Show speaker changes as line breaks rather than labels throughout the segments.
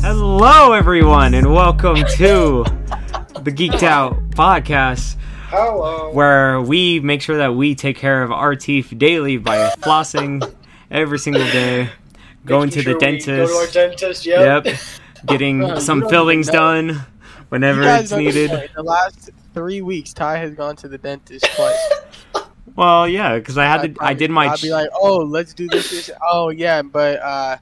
Hello, everyone, and welcome to the Geeked Out podcast,
Hello.
where we make sure that we take care of our teeth daily by flossing every single day, going to
Making
the
sure we
dentist.
Go to our dentist. Yep.
Yep. Getting
Wow, you
some
don't
fillings
even know.
done whenever
You guys
it's
don't
needed.
know. In the last three weeks, Ty has gone to the dentist twice.
Well, yeah, because I had to. I did my.
I'd be like, oh, let's do this. this. Oh yeah, but uh,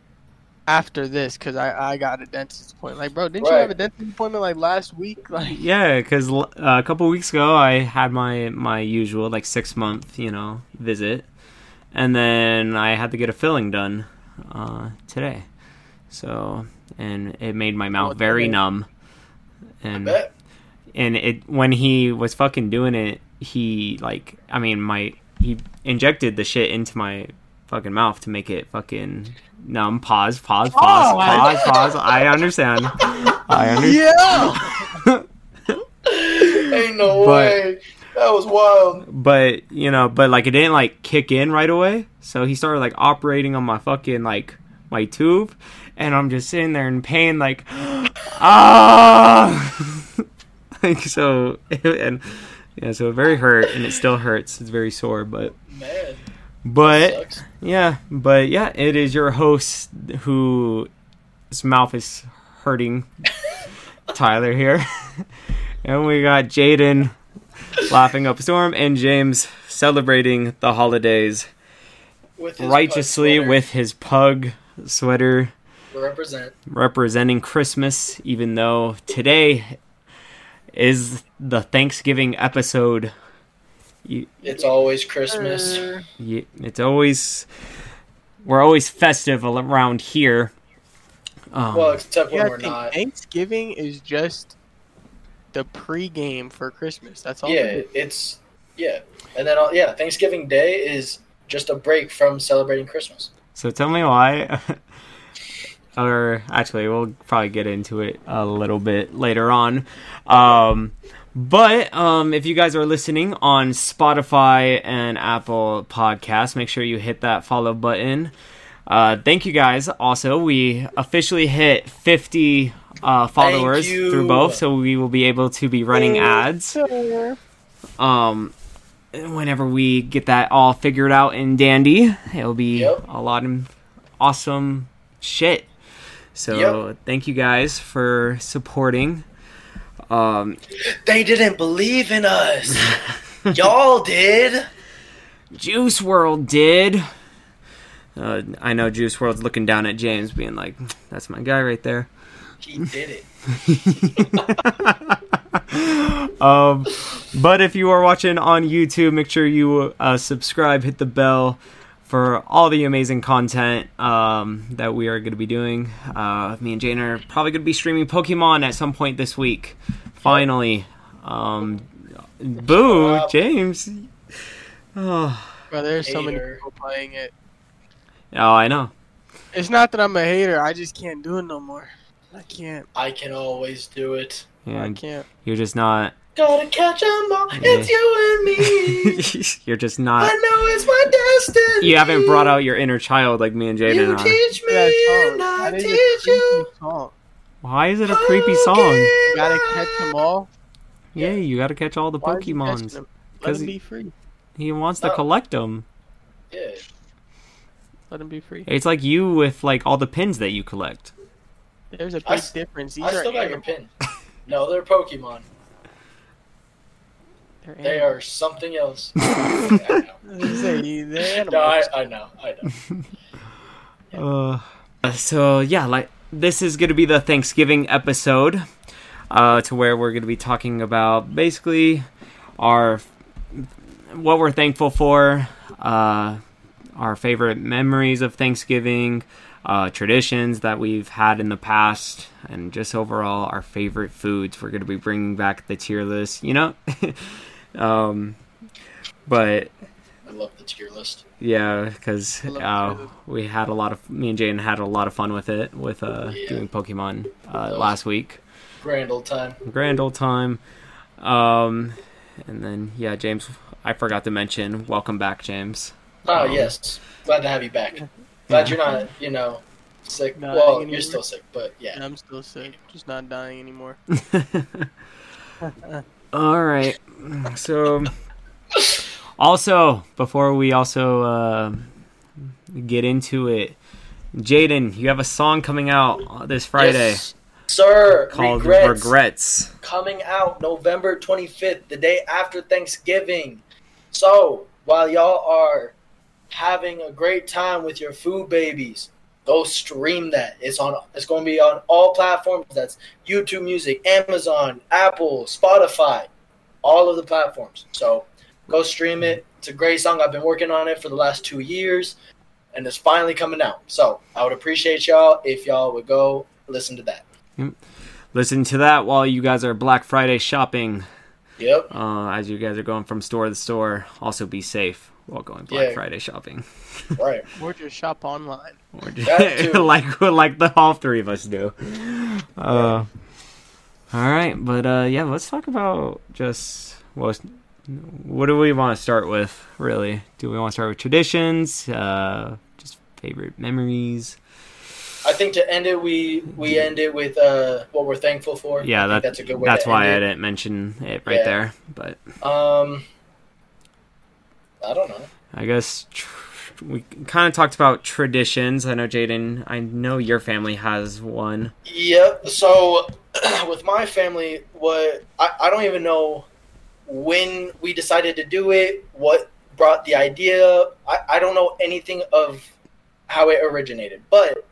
after this, because I I got a dentist appointment. Like, bro, didn't you
Right.
have a dentist appointment like last week? Like,
yeah, because uh, a couple weeks ago I had my my usual like six month you know visit, and then I had to get a filling done uh, today, so and it made my mouth
What
very
today?
numb,
I
and
bet.
and it when he was fucking doing it, he like I mean my he injected the shit into my fucking mouth to make it fucking numb. Pause, pause, pause,
Oh, I-
pause, pause. I understand. I understand.
yeah.
Ain't no
But-
way. That was wild.
but you know, but like it didn't like kick in right away. So he started like operating on my fucking like my tube, and I'm just sitting there in pain, like ah, like so, and yeah, so it very hurt, and it still hurts. It's very sore, but
Man,
but
sucks.
yeah, but yeah, it is your host whose mouth is hurting, Tyler here, and we got Jaden laughing up a storm and James celebrating the holidays
With his
righteously
pug
with his pug sweater
sweater. represent.
representing Christmas, even though today is the Thanksgiving episode. You-
It's always Christmas.
Ye- it's always we're always festive al- around here. Um,
Well, except when
Yeah, I
we're
think
not.
Thanksgiving is just the pregame for Christmas. That's all. it
Yeah,
is.
it's yeah, and then all, yeah, Thanksgiving Day is just a break from celebrating Christmas.
so tell me why. or actually, we'll probably get into it a little bit later on. Um, but um, if you guys are listening on Spotify and Apple Podcasts, make sure you hit that follow button. Uh, thank you guys. Also, we officially hit 50 uh, followers
you.
through both, so we will be able to be running ads. um whenever we get that all figured out and dandy it'll be
Yep.
a lot of awesome shit so thank you guys for supporting um
They didn't believe in us. Y'all did.
juice world did uh, i know juice world's looking down at james being like that's my guy right there
He did it.
um, but if you are watching on YouTube, make sure you uh, subscribe, hit the bell for all the amazing content um, that we are going to be doing. Uh, me and Jane are probably going to be streaming Pokemon at some point this week. Finally, um, boo,
Wow.
James. Oh,
Bro, there's so many
Hater.
people playing it.
oh, I know.
It's not that I'm a hater. I just can't do it no more. I can't.
I can always do it.
I
Yeah,
can't.
you're just not.
Gotta catch 'em all. It's you and me.
you're just
I
not.
know it's my destiny.
You haven't brought out your inner child like me and Jaden
You
are.
teach me,
That song.
and I
That is a
teach you.
creepy song.
Why is it a creepy
How
song?
can
Gotta
I-
catch them all.
Yeah, you got to catch all the
Why is he catching
Pokemons.
them? Let
'Cause
them
he-
be free.
He wants to
Stop.
collect them.
Yeah.
Let them be free.
It's like you with like all the pins that you collect.
There's a big
I s-
difference. These
I
are
still got your
animals.
pin. No, they're Pokemon.
They're
They
animals.
are something else. I know.
I was gonna say, you- they're
No, I,
animals.
I know. I know.
Uh, so yeah, like this is gonna be the Thanksgiving episode, uh, to where we're gonna be talking about basically our what we're thankful for, uh, our favorite memories of Thanksgiving, uh, traditions that we've had in the past, and just overall our favorite foods. We're gonna be bringing back the tier list, you know. um, but
I love the tier list.
yeah, because
I love
uh,
Pokemon.
we had a lot of me and Jane had a lot of fun with it with uh,
Yeah.
doing Pokemon uh,
was-
last week.
Grand old time.
Grand old time. Um, and then yeah, James, I forgot to mention. Welcome back, James.
Oh
Um,
yes, glad to have you back. Glad you're not, you know, Sick.
Not
well,
anymore.
you're still sick, but yeah.
I'm still sick, just not dying anymore.
All right. So, also before we also uh, get into it, Jaden, you have a song coming out this Friday
Yes, sir,
called
regrets,
Regrets.
coming out November 25th, the day after Thanksgiving. So while y'all are having a great time with your food babies, go stream that. It's on. It's going to be on all platforms. That's YouTube Music, Amazon, Apple, Spotify, all of the platforms. So go stream it. It's a great song. I've been working on it for the last two years, and it's finally coming out. So I would appreciate y'all if y'all would go listen to that.
Listen to that while you guys are Black Friday shopping.
Yep.
Uh, as you guys are going from store to store, also be safe while going Black
Yeah.
Friday shopping,
Right.
Or just shop online.
Or
That
just-
too.
like like the all three of us do. Uh, all right, but uh, yeah, let's talk about just what what do we want to start with? Really, do we want to start with traditions? Uh, just favorite memories?
I think to end it, we we end it with uh, what we're thankful for.
Yeah,
I think
that,
that's a good way.
That's
to
why I
end
didn't mention it right
Yeah.
there, but
it. Um, I don't know.
I guess tr- we kind of talked about traditions. I know Jaden. I know your family has one.
Yep. So with my family, what I, I don't even know when we decided to do it. What brought the idea? I, I don't know anything of how it originated. But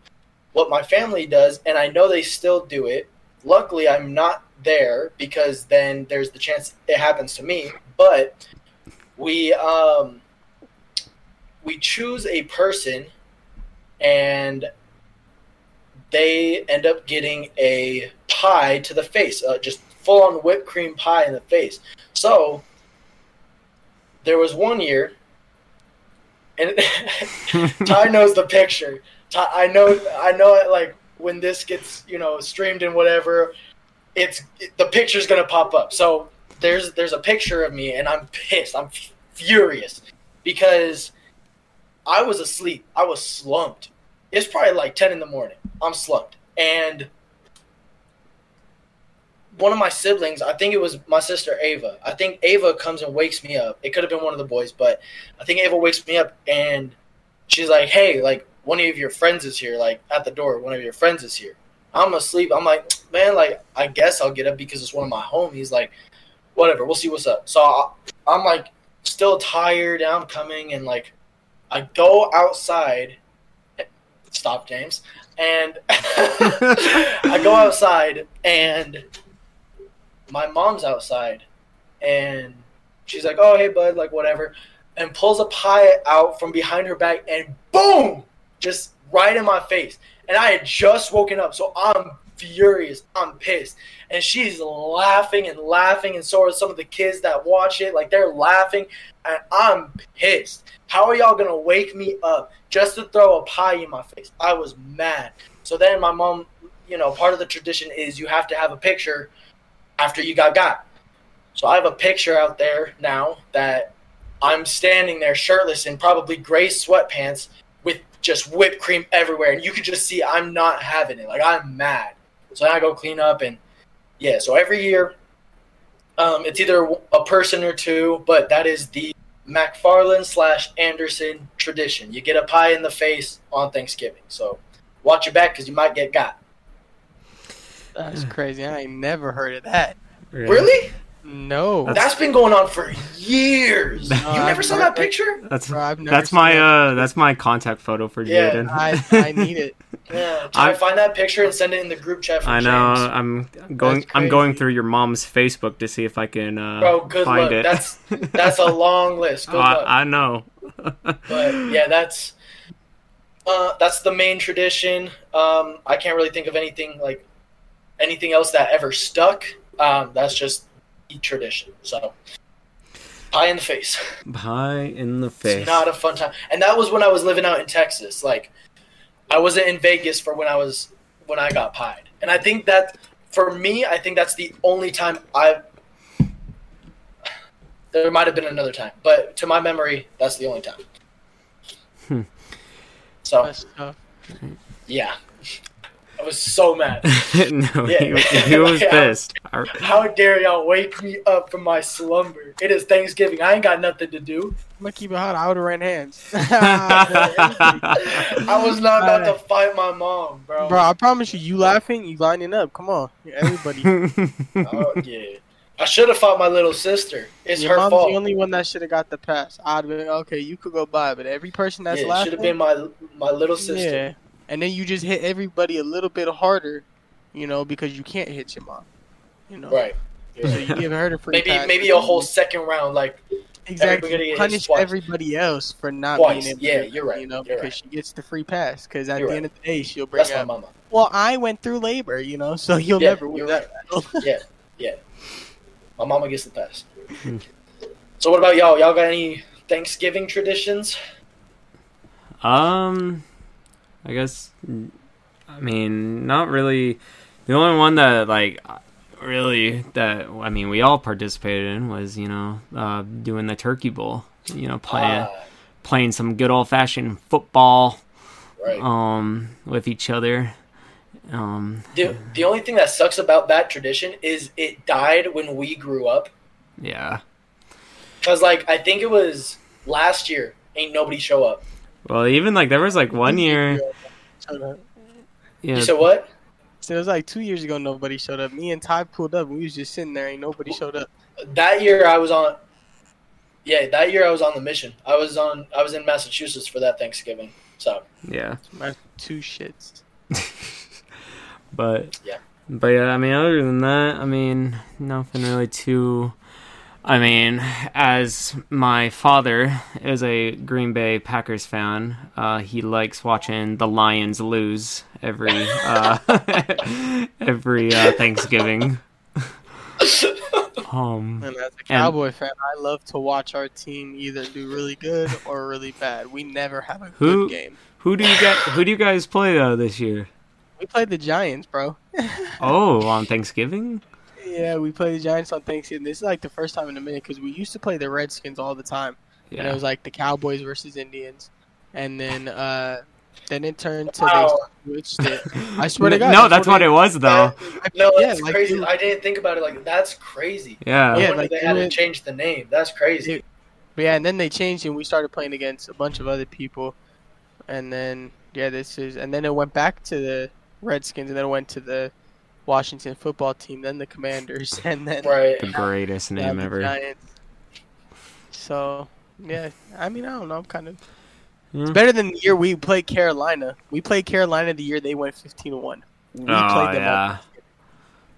what my family does, and I know they still do it. Luckily, I'm not there because then there's the chance it happens to me. But we um, we choose a person, and they end up getting a pie to the face, uh, just full on whipped cream pie in the face. So there was one year, and Ty knows the picture. Ty, I know, I know it. Like when this gets, you know, streamed and whatever, it's it, the picture's gonna pop up. So there's there's a picture of me, and I'm pissed. I'm f- furious because I was asleep. I was slumped. It's probably like ten in the morning. I'm slumped, and one of my siblings, I think it was my sister Ava. I think Ava comes and wakes me up. It could have been one of the boys, but I think Ava wakes me up and she's like, "Hey, like one of your friends is here, like at the door. One of your friends is here." I'm asleep. I'm like, man, like I guess I'll get up because it's one of my homies. Like, whatever. We'll see what's up. So I, I'm like still tired. And I'm coming and like I go outside. Stop, James. And I go outside and my mom's outside and she's like, "Oh, hey, bud, like whatever," and pulls a pie out from behind her back and boom, just right in my face. And I had just woken up, so I'm furious. I'm pissed, and she's laughing and laughing, and so are some of the kids that watch it. Like they're laughing, and I'm pissed. How are y'all gonna wake me up just to throw a pie in my face? I was mad. So then my mom, you know, part of the tradition is you have to have a picture after you got got. So I have a picture out there now that I'm standing there shirtless in probably gray sweatpants with just whipped cream everywhere, and you can just see I'm not having it. Like I'm mad. So then I go clean up, and yeah. So every year, um, it's either a person or two, but that is the MacFarlane slash Anderson tradition. You get a pie in the face on Thanksgiving. So watch your back because you might get got.
That's crazy. I ain't never heard of that.
Really?
No.
That's been going on for years.
No,
you never
I've
saw
never-
that picture?
That's
Bro, I've never
that's
seen
my
that.
uh that's my contact photo for
Yeah,
Jaden.
I, I need it.
Yeah. Try
I-
to find that picture and send it in the group chat for
I know.
James.
I'm going.
That's
I'm going
crazy.
through your mom's Facebook to see if I can uh,
Bro, good
find
luck.
it.
That's that's a long list. Good luck.
I, I know.
but yeah, that's uh, that's the main tradition. Um, I can't really think of anything like anything else that ever stuck. Um, that's just the tradition. So pie in the face.
Pie in the face.
It's not a fun time. And that was when I was living out in Texas. Like I wasn't in Vegas for when I was when I got pied. And I think that for me, I think that's the only time I there might have been another time, but to my memory, that's the only time.
Hmm.
So
That's tough.
Yeah. I was so mad.
no,
Yeah.
he, he was
Yeah.
pissed. I-
How dare y'all wake me up from my slumber? It is Thanksgiving. I ain't got nothing to do.
I'm gonna keep it hot. I would have ran hands.
I was not about to fight my mom, bro.
Bro, I promise you, you laughing, you lining up. Come on, everybody.
Oh, yeah. I should have fought my little sister. It's
Your
her
mom's
fault.
the only one that should have got the pass. I'd have been okay. You could go by, but every person that's
yeah, should
laughing,
have been my my little sister.
yeah. And then you just hit everybody a little bit harder, you know, because you can't hit your mom, you know.
Right.
So
Yeah.
you give her the free
maybe
pass.
maybe a whole second round. Like
exactly
everybody gets
punish
twice.
everybody else for not
Twice.
being able.
Yeah,
to,
you're right.
You know,
You're
because
right.
she gets the free pass. Because at
You're
the
right.
end of the day, she'll bring
that's
up.
my mama.
Well, I went through labor, you know, so you'll
Yeah,
never win
you're
that. battle.
My mama gets the pass. so what about y'all? Y'all got any Thanksgiving traditions?
Um, I guess. I mean, not really. The only one that like really that I mean we all participated in was you know uh, doing the turkey bowl. You know, playing
Ah,
playing some good old fashioned football.
right.
Um, with each other. Um,
the, the only thing that sucks about that tradition is it died when we grew up.
yeah.
Cause like I think it was last year. Ain't nobody show up.
Well, even like there was like one year.
Shut up.
Yeah.
You said what?
So it was like two years ago, nobody showed up. Me and Ty pulled up, and we was just sitting there, ain't nobody showed up.
That year I was on. Yeah, that year I was on the mission. I was on. I was in Massachusetts for that Thanksgiving. So
Yeah.
My two shits.
But
Yeah.
But yeah, I mean, other than that, I mean, nothing really too. I mean, as my father is a Green Bay Packers fan, uh, he likes watching the Lions lose every uh, every uh, Thanksgiving. um,
And as a Cowboy fan, I love to watch our team either do really good or really bad. We never have a
Who-
good game.
who do you get? Who do you guys play though this year?
We played the Giants, bro.
Oh, on Thanksgiving.
Yeah, we played the Giants on Thanksgiving. This is like the first time in a minute because we used to play the Redskins all the time. And it
Yeah.
was like the Cowboys versus Indians. And then uh then it turned to
Wow.
they switched it. I swear to God.
no, that's what it was though.
No,
Yeah,
that's
like,
crazy.
dude.
I didn't think about it like that's crazy.
Yeah.
No
Yeah,
wonder
like,
they
it
had to
was-
change the name. That's crazy.
It- But yeah, and then they changed and we started playing against a bunch of other people. And then yeah, this is and then it went back to the Redskins and then it went to the Washington football team, then the Commanders, and then
right.
The greatest
now
name
the
ever.
Giants. So yeah, I mean I don't know, I'm kind of
Yeah.
It's better than the year we played Carolina. We played Carolina the year they went 15 1. We
Oh,
played them all.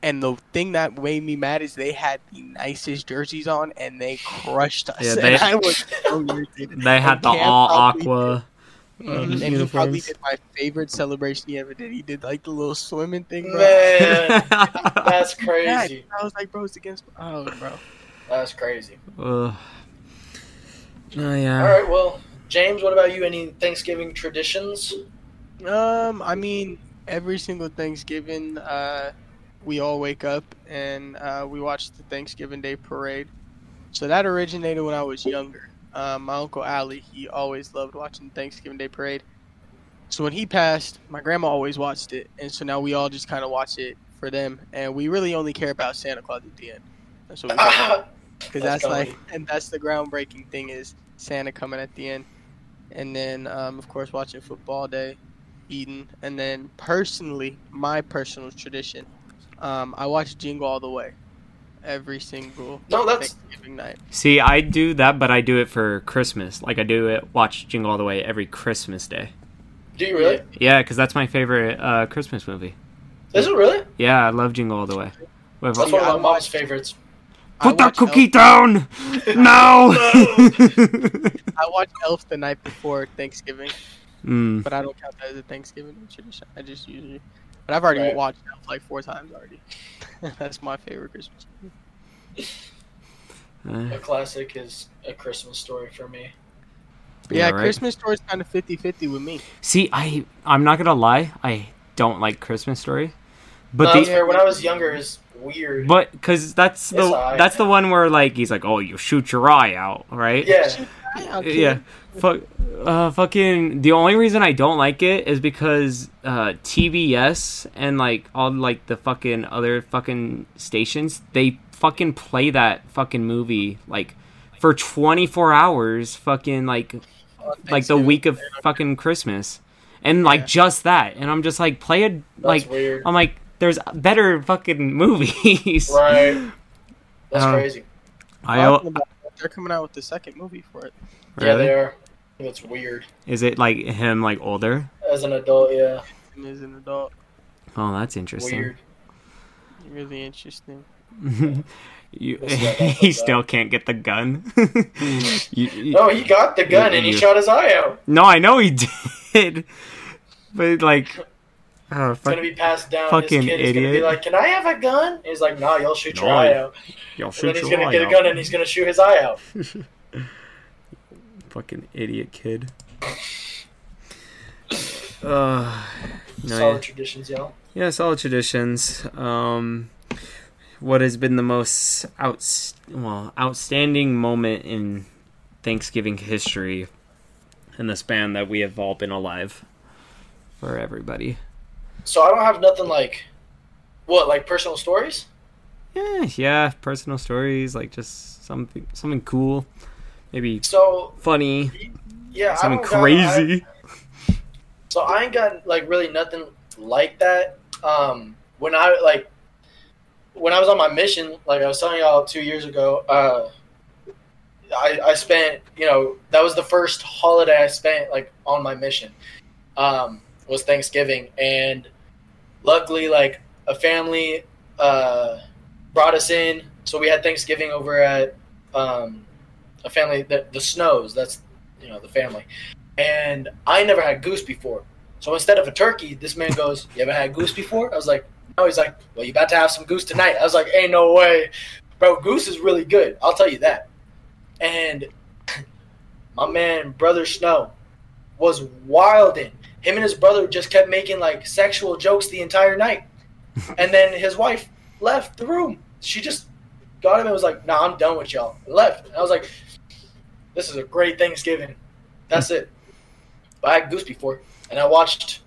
And the thing that made me mad is they had the nicest jerseys on and they crushed us.
Yeah, they-
and I was so irritated.
They had
And
the
Cam
all
probably
aqua.
uh,
did-
um,
Mhm. and he probably
uniforms.
did my favorite celebration he ever did. He did like the little swimming thing, bro.
Man,
Ugh.
that's crazy.
I was like, bro, it's against. Oh, bro.
That's crazy.
oh
All
yeah.
right. Well, James, what about you? Any Thanksgiving traditions?
Um, I mean, every single Thanksgiving, uh, we all wake up and uh, we watch the Thanksgiving Day parade. So that originated when I was younger. Uh, my uncle Ali, he always loved watching the Thanksgiving Day parade. So when he passed, my grandma always watched it, and so now we all just kind of watch it for them, and we really only care about Santa Claus at the end. That's what we care about.
Ah,
Because
That's
that's,
comedy.
like, and that's the groundbreaking thing is Santa coming at the end, and then um, of course watching football day, eating, and then personally, my personal tradition, um, I watch Jingle All the Way, every single
No, that's-
Thanksgiving night.
See, I do that, but I do it for Christmas. Like I do it, watch Jingle All the Way every Christmas day.
do you really?
Yeah, because that's my favorite uh, Christmas movie.
Is it really?
Yeah, I love Jingle All the Way. With-
That's
Yeah,
one of my
I
mom's
watched-
favorites.
Put
I
that
watch
cookie down! No!
Elf, I watch Elf the night before Thanksgiving,
mm,
but I don't count that as a Thanksgiving tradition. I just usually, but I've already
Right.
watched Elf like four times already. that's my favorite Christmas. movie.
uh,
A classic is a Christmas story for me.
But yeah,
Yeah, right.
Christmas story's kind of 50-50 with me.
see, I I'm not gonna lie, I don't like Christmas Story, but
no,
the
that's fair. When I was younger, it's weird.
But because that's the
It's alright.
that's the one where like he's like, oh, you shoot your eye out, right?
yeah,
I'm kidding.
yeah, fuck, uh, fucking. The only reason I don't like it is because uh, TBS and like all like the fucking other fucking stations, they fucking play that fucking movie like for 24 hours, fucking like like the
Thanksgiving.
week of fucking Christmas, and like
Yeah.
just that. And I'm just like, play it
That's
like
weird.
I'm like, there's better fucking movies.
Right. That's
Um,
crazy.
I
Talking
o-
about it, they're coming out with the second movie for it.
Yeah,
really?
they are. That's weird.
Is it like him like older?
As an adult, yeah.
And as an adult,
Oh, that's interesting.
Weird.
really interesting.
you,
Let's not talk
he
about
still can't get the gun. You- you-
No, Oh, he got the gun and he
You-
shot his eye out.
no, I know he did, but like, oh,
It's gonna
fuck,
be passed down.
fucking
his kid is gonna be
idiot.
like, "Can I have a gun?" And he's like, "Nah, you'll shoot your
No,
eye
you-
out."
y'all
And then
shoot
he's
your
gonna
eye
get a
out.
gun and he's gonna shoot his eye out.
Fucking idiot kid. Uh, no,
Solid
yeah.
traditions, y'all.
Yeah, solid traditions. Um, what has been the most out well outstanding moment in Thanksgiving history in the span that we have all been alive for everybody?
So I don't have nothing like, what like personal stories?
Yeah, yeah, personal stories like just something something cool, maybe
So
funny,
yeah, I
something
don't got- I-
crazy.
So I ain't got like really nothing like that. Um, when I like when I was on my mission, like I was telling y'all two years ago, uh, I I spent you know that was the first holiday I spent like on my mission um, was Thanksgiving, and luckily like a family uh, brought us in, so we had Thanksgiving over at um, a family that the Snows. That's you know the family and I never had goose before. So instead of a turkey, this man goes, "You ever had goose before?" I was like, "No." He's like, "Well, you about to have some goose tonight." I was like, "Ain't no way, bro. Goose is really good. I'll tell you that." And my man, brother Snow, was wilding. Him and his brother just kept making like sexual jokes the entire night, and then his wife left the room. She just got him and was like, "Nah, I'm done with y'all." And left. And I was like, "This is a great Thanksgiving." That's it. But I had goose before, and I watched,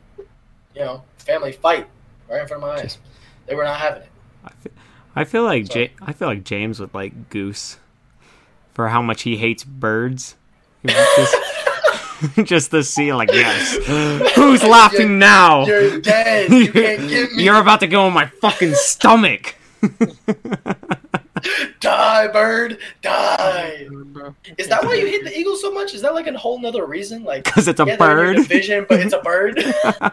you know, family fight right in front of my eyes. They were not having it.
I fe- I feel like
Sorry.
ja- I feel like James would like goose for how much he hates birds. He would Just, just the sea, like yes. Who's laughing now?
You're dead. You can't get me.
Oh. You're about to go in my fucking stomach.
Die, bird. Die.
Bro.
Is that why you hate the Eagles so much? Is that like a whole nother reason? Like,
Because it's a
yeah, they're in your
bird.
division, but it's a bird.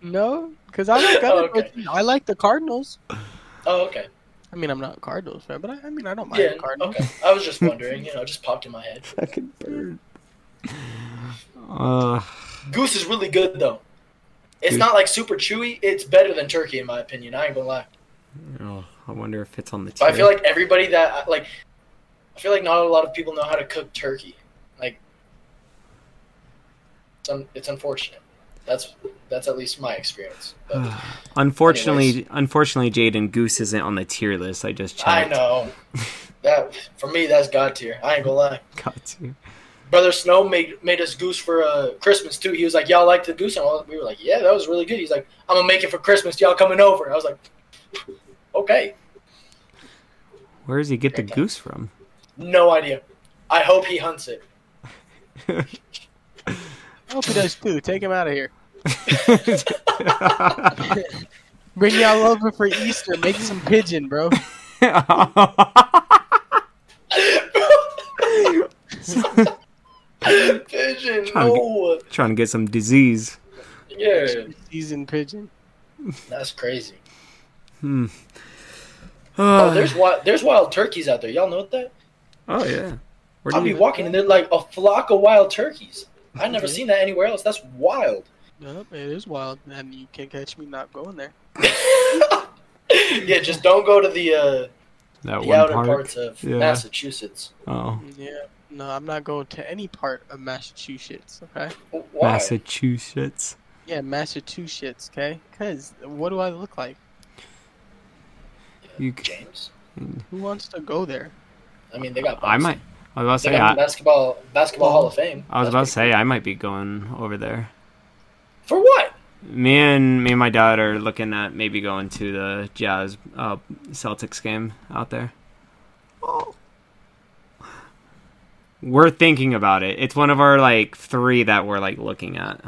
No, because I like other
Oh, Okay.
teams. I like the Cardinals.
oh, okay.
I mean, I'm not a Cardinals fan, but I, I mean, I don't mind
Yeah.
the Cardinals.
Okay. I was just wondering. You know, it just popped in my head.
Fucking bird. Uh,
Goose is really good though. It's
Goose-
not like super chewy. It's better than turkey, in my opinion. I ain't gonna lie.
oh, I wonder if it's on the.
So I
tier.
feel like everybody that uh, like, I feel like not a lot of people know how to cook turkey. Like, it's, un- it's unfortunate. That's that's at least my experience. But
unfortunately,
Anyways.
unfortunately, Jaden Goose isn't on the tier list. I just checked.
I know that for me that's god tier. I ain't gonna lie.
Got to.
Brother Snow made made us goose for uh, Christmas too. He was like, "Y'all like the goose?" And all- we were like, "Yeah, that was really good." He's like, "I'm gonna make it for Christmas. Y'all coming over?" I was like, "Okay,
Where does he get the goose from?
no idea. I hope he hunts it."
I hope he does too. Take him out of here. Bring y'all over for Easter. Make some pigeon, bro.
Pigeon,
Trying to get-
no.
Trying to get some disease.
Yeah,
Season pigeon.
that's crazy.
Hmm.
Oh, there's wild, there's wild turkeys out there. Y'all know that?
oh yeah. Where
I'll
do
be
you-
walking and they're like a flock of wild turkeys. I've never seen that anywhere else. That's wild.
Yep, it is wild, and you can catch me not going there.
yeah, just don't go to the uh,
that
the
one
outer
park.
parts of
Yeah.
Massachusetts.
Oh,
Yeah, no, I'm not going to any part of Massachusetts. Okay.
W- Why?
Massachusetts.
Yeah, Massachusetts. Okay, because what do I look like?
You. c-
James.
Who wants to go there?
I mean, they got.
I
bumps.
might. I was about to
They
say,
got the
I,
basketball basketball Hall of Fame.
I was
That's
about to
pretty
say I might be going over there.
cool. for what?
Me and me and my dad are looking at maybe going to the Jazz uh, Celtics game out there. We're thinking about it. It's one of our like three that we're like looking at.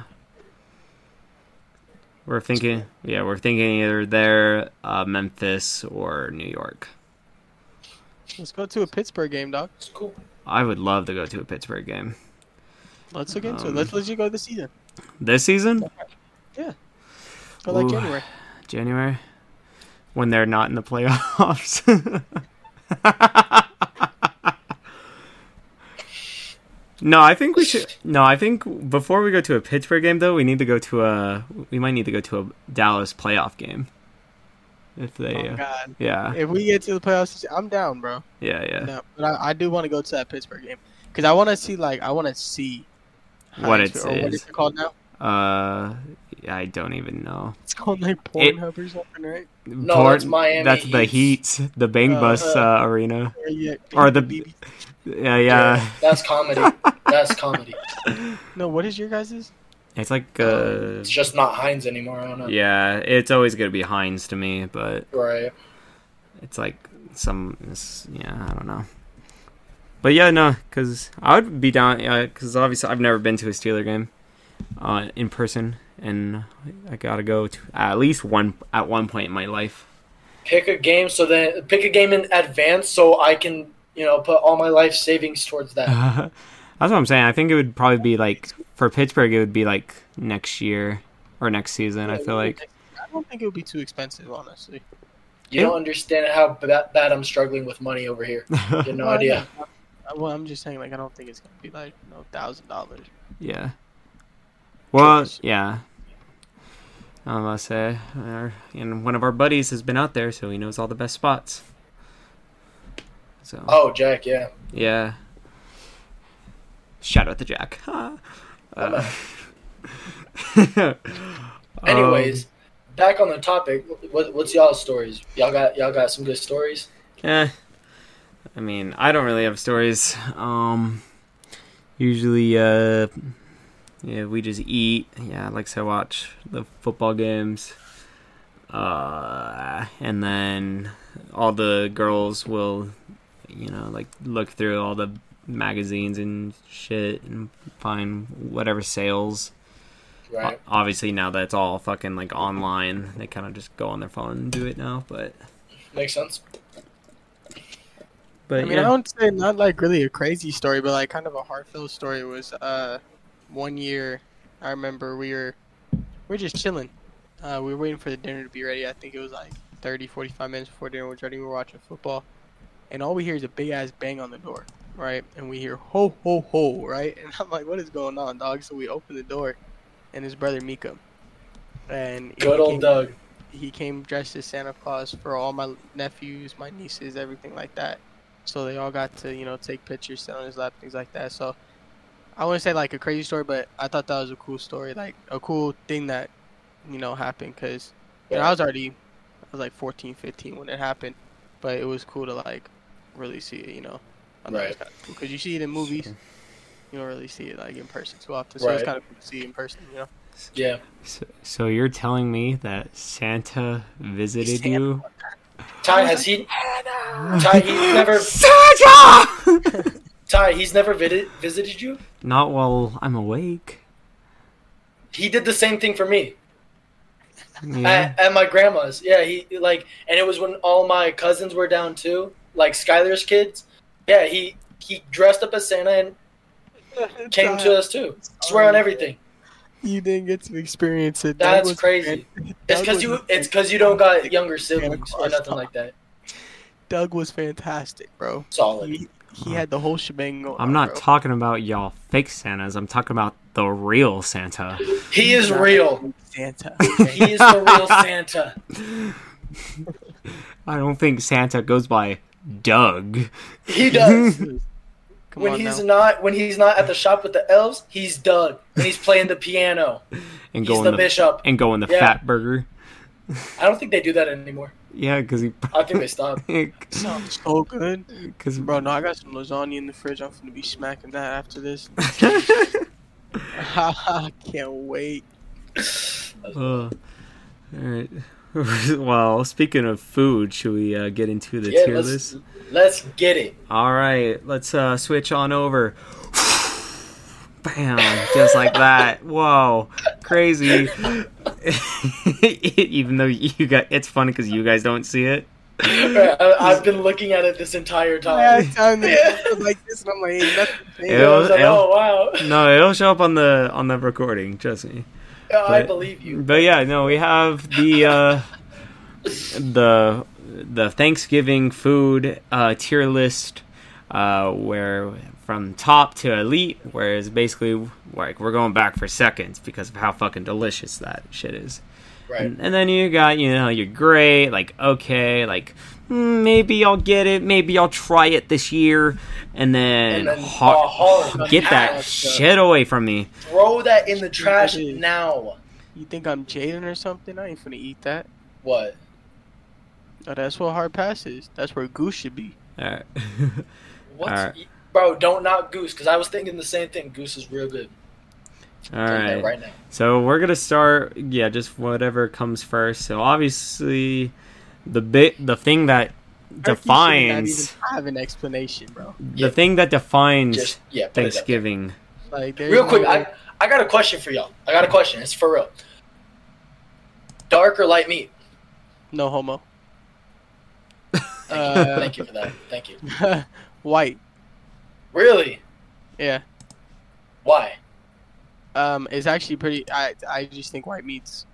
We're thinking, yeah, we're thinking either there, uh, Memphis, or New York.
Let's go to a Pittsburgh game, dog.
It's cool.
I would love to go to a Pittsburgh game
Let's look into
Um,
it. Let's let you go this season.
this season,
Go like
ooh.
January.
January, when they're not in the playoffs. no, I think we should. No, I think before we go to a Pittsburgh game, though, we need to go to a. We might need to go to a Dallas playoff game. If they,
Oh
uh,
God.
yeah,
If we get to the playoffs, I'm down, bro.
yeah, yeah.
No, but I, I do want to go to that Pittsburgh game because I want to see like I want to see how
What
it's-
it
or What
is.
is it called now?
Uh, I don't even know.
It's called like Pornhub or something, right?
No,
that's Miami
That's the
Heat.
Heat, the Bang
Uh,
Bus uh, Arena.
Or, yeah,
Or the-
BB
Yeah, yeah.
That's comedy. That's comedy.
No, what is your guys's?
It's like uh,
It's just not Heinz anymore. I don't know.
yeah. It's always gonna be Heinz to me, but
Right.
it's like some it's, yeah i don't know but yeah no because i would be down because obviously i've never been to a steeler game uh, in person and i gotta go to at least one at one point in my life
Pick a game so then pick a game in advance so I can you know put all my life savings towards that.
that's what i'm saying i think it would probably be like for pittsburgh it would be like next year or next season i feel like
I don't think it would be too expensive, honestly.
You don't understand how ba- bad I'm struggling with money over here. You have no
Well,
idea.
yeah. Uh, Well, I'm just saying, like, I don't think it's gonna be like no thousand dollars.
yeah well uh,
Jeez.
yeah um, I say, our, and one of our buddies has been out there, so he knows all the best spots. So.
Oh, Jack. Yeah.
Yeah. Shout out to Jack. Huh. Uh, um,
Anyways, back on the topic. What, what's y'all stories? Y'all got y'all got some good stories.
Um, eh. I mean, I don't really have stories. Um, usually, uh, yeah, we just eat. Yeah, I like to watch the football games. Uh, and then all the girls will, you know, like look through all the magazines and shit and find whatever sales
Right.
O- Obviously, now that it's all fucking like online, they kind of just go on their phone and do it now. But
Makes sense.
but
I mean, I don't say not like really a crazy story, but like kind of a heartfelt story was uh one year I remember we were we were just chilling. Uh, we were waiting for the dinner to be ready. I think it was like 30, 45 minutes before dinner was ready. We were watching football, and all we hear is a big ass bang on the door, right? And we hear ho ho ho, right? And I'm like, what is going on, dog? So we open the door, and his brother Mika, and he
Good old
came-
Doug.
he came dressed as Santa Claus for all my nephews, my nieces, everything like that. So they all got to, you know, take pictures, sit on his lap, things like that. So I wouldn't say like a crazy story, but I thought that was a cool story, like a cool thing that, you know, happened because you know, I was already, I was like 14, 15 when it happened, but it was cool to like really see it, you know.
Right.
Because you see it in movies, you don't really see it like in person too often. So it's
Right.
kind of cool to see it in person, you know.
Yeah.
so, so you're telling me that Santa visited
Santa.
you?
Ty has he? Ty he's never.
Santa!
Ty he's never vid- visited you.
Not while I'm awake.
He did the same thing for me
Yeah.
at, at my grandma's. Yeah, he like, and it was when all my cousins were down too, like Skylar's kids. Yeah, he he dressed up as Santa and came to us too. Swear on everything.
You didn't get to experience it. That
That's
was-
crazy. It's
Doug
because
was
you
a-
it's because you don't got younger
Santa
siblings or
Claus
nothing
talk.
like that.
Doug was fantastic, bro.
Solid.
He, he had the whole shebang going.
I'm
on,
not
Uh, bro.
talking about y'all fake Santas. I'm talking about the real Santa.
He is real.
Santa.
He is the real Santa.
I don't think Santa goes by Doug.
He does.
Come
when
on
he's
now.
not when he's not at the shop with the elves, he's Doug. When he's playing the piano,
and
he's
go
the,
in the
bishop.
and go in the
Yeah.
fat burger.
I don't think they do that anymore.
Yeah, because he.
I think they stopped.
Sounds so good.
Because
Bro, no, I got some lasagna in the fridge. I'm gonna be smacking that after this. I can't wait.
all right. well, speaking of food, should we uh, get into the
yeah,
tier
let's
list?
let's get it.
All right, let's uh, switch on over. Bam! Just like that. Whoa, crazy. Even though you got, it's funny because you guys don't see it.
Right, I, I've been looking at it this entire
Yeah,
time.
time to- like this, and I'm like, ain't nothing.
It
I
was-
was like,
it was-
oh wow,
No, it'll show up on the on the recording. Trust me.
I
but-
believe you.
But yeah, no, we have the uh, the the Thanksgiving food uh, tier list, uh, where from top to elite, where it's basically like we're going back for seconds because of how fucking delicious that shit is.
Right.
And, and then you got you know you're great, like okay, like mm, maybe I'll get it, maybe I'll try it this year, and then,
And then
har-
uh, hard.
get that shit away from me.
Throw that in the trash
Mhm.
now.
You think I'm Jaden or something? I ain't finna eat that.
What?
Oh, that's what hard pass is. That's where goose should be.
All right.
What?
Alright.
Bro, don't knock Goose because I was thinking the same thing. Goose is real good.
All
Tell you that
right.
Right now.
So we're gonna start, yeah, just whatever comes first. So obviously, the bit, the thing that defines,
I have an explanation, bro.
the thing that defines
Just yeah. put it up.
Thanksgiving.
Like there's
Real quick,
no-
I I got a question for y'all. I got a question. It's for real. Dark or light meat?
no homo.
Thank, you.
Uh,
Thank you for that. Thank you.
White,
Really?
yeah.
Why?
Um, it's actually pretty. I I just think white meat's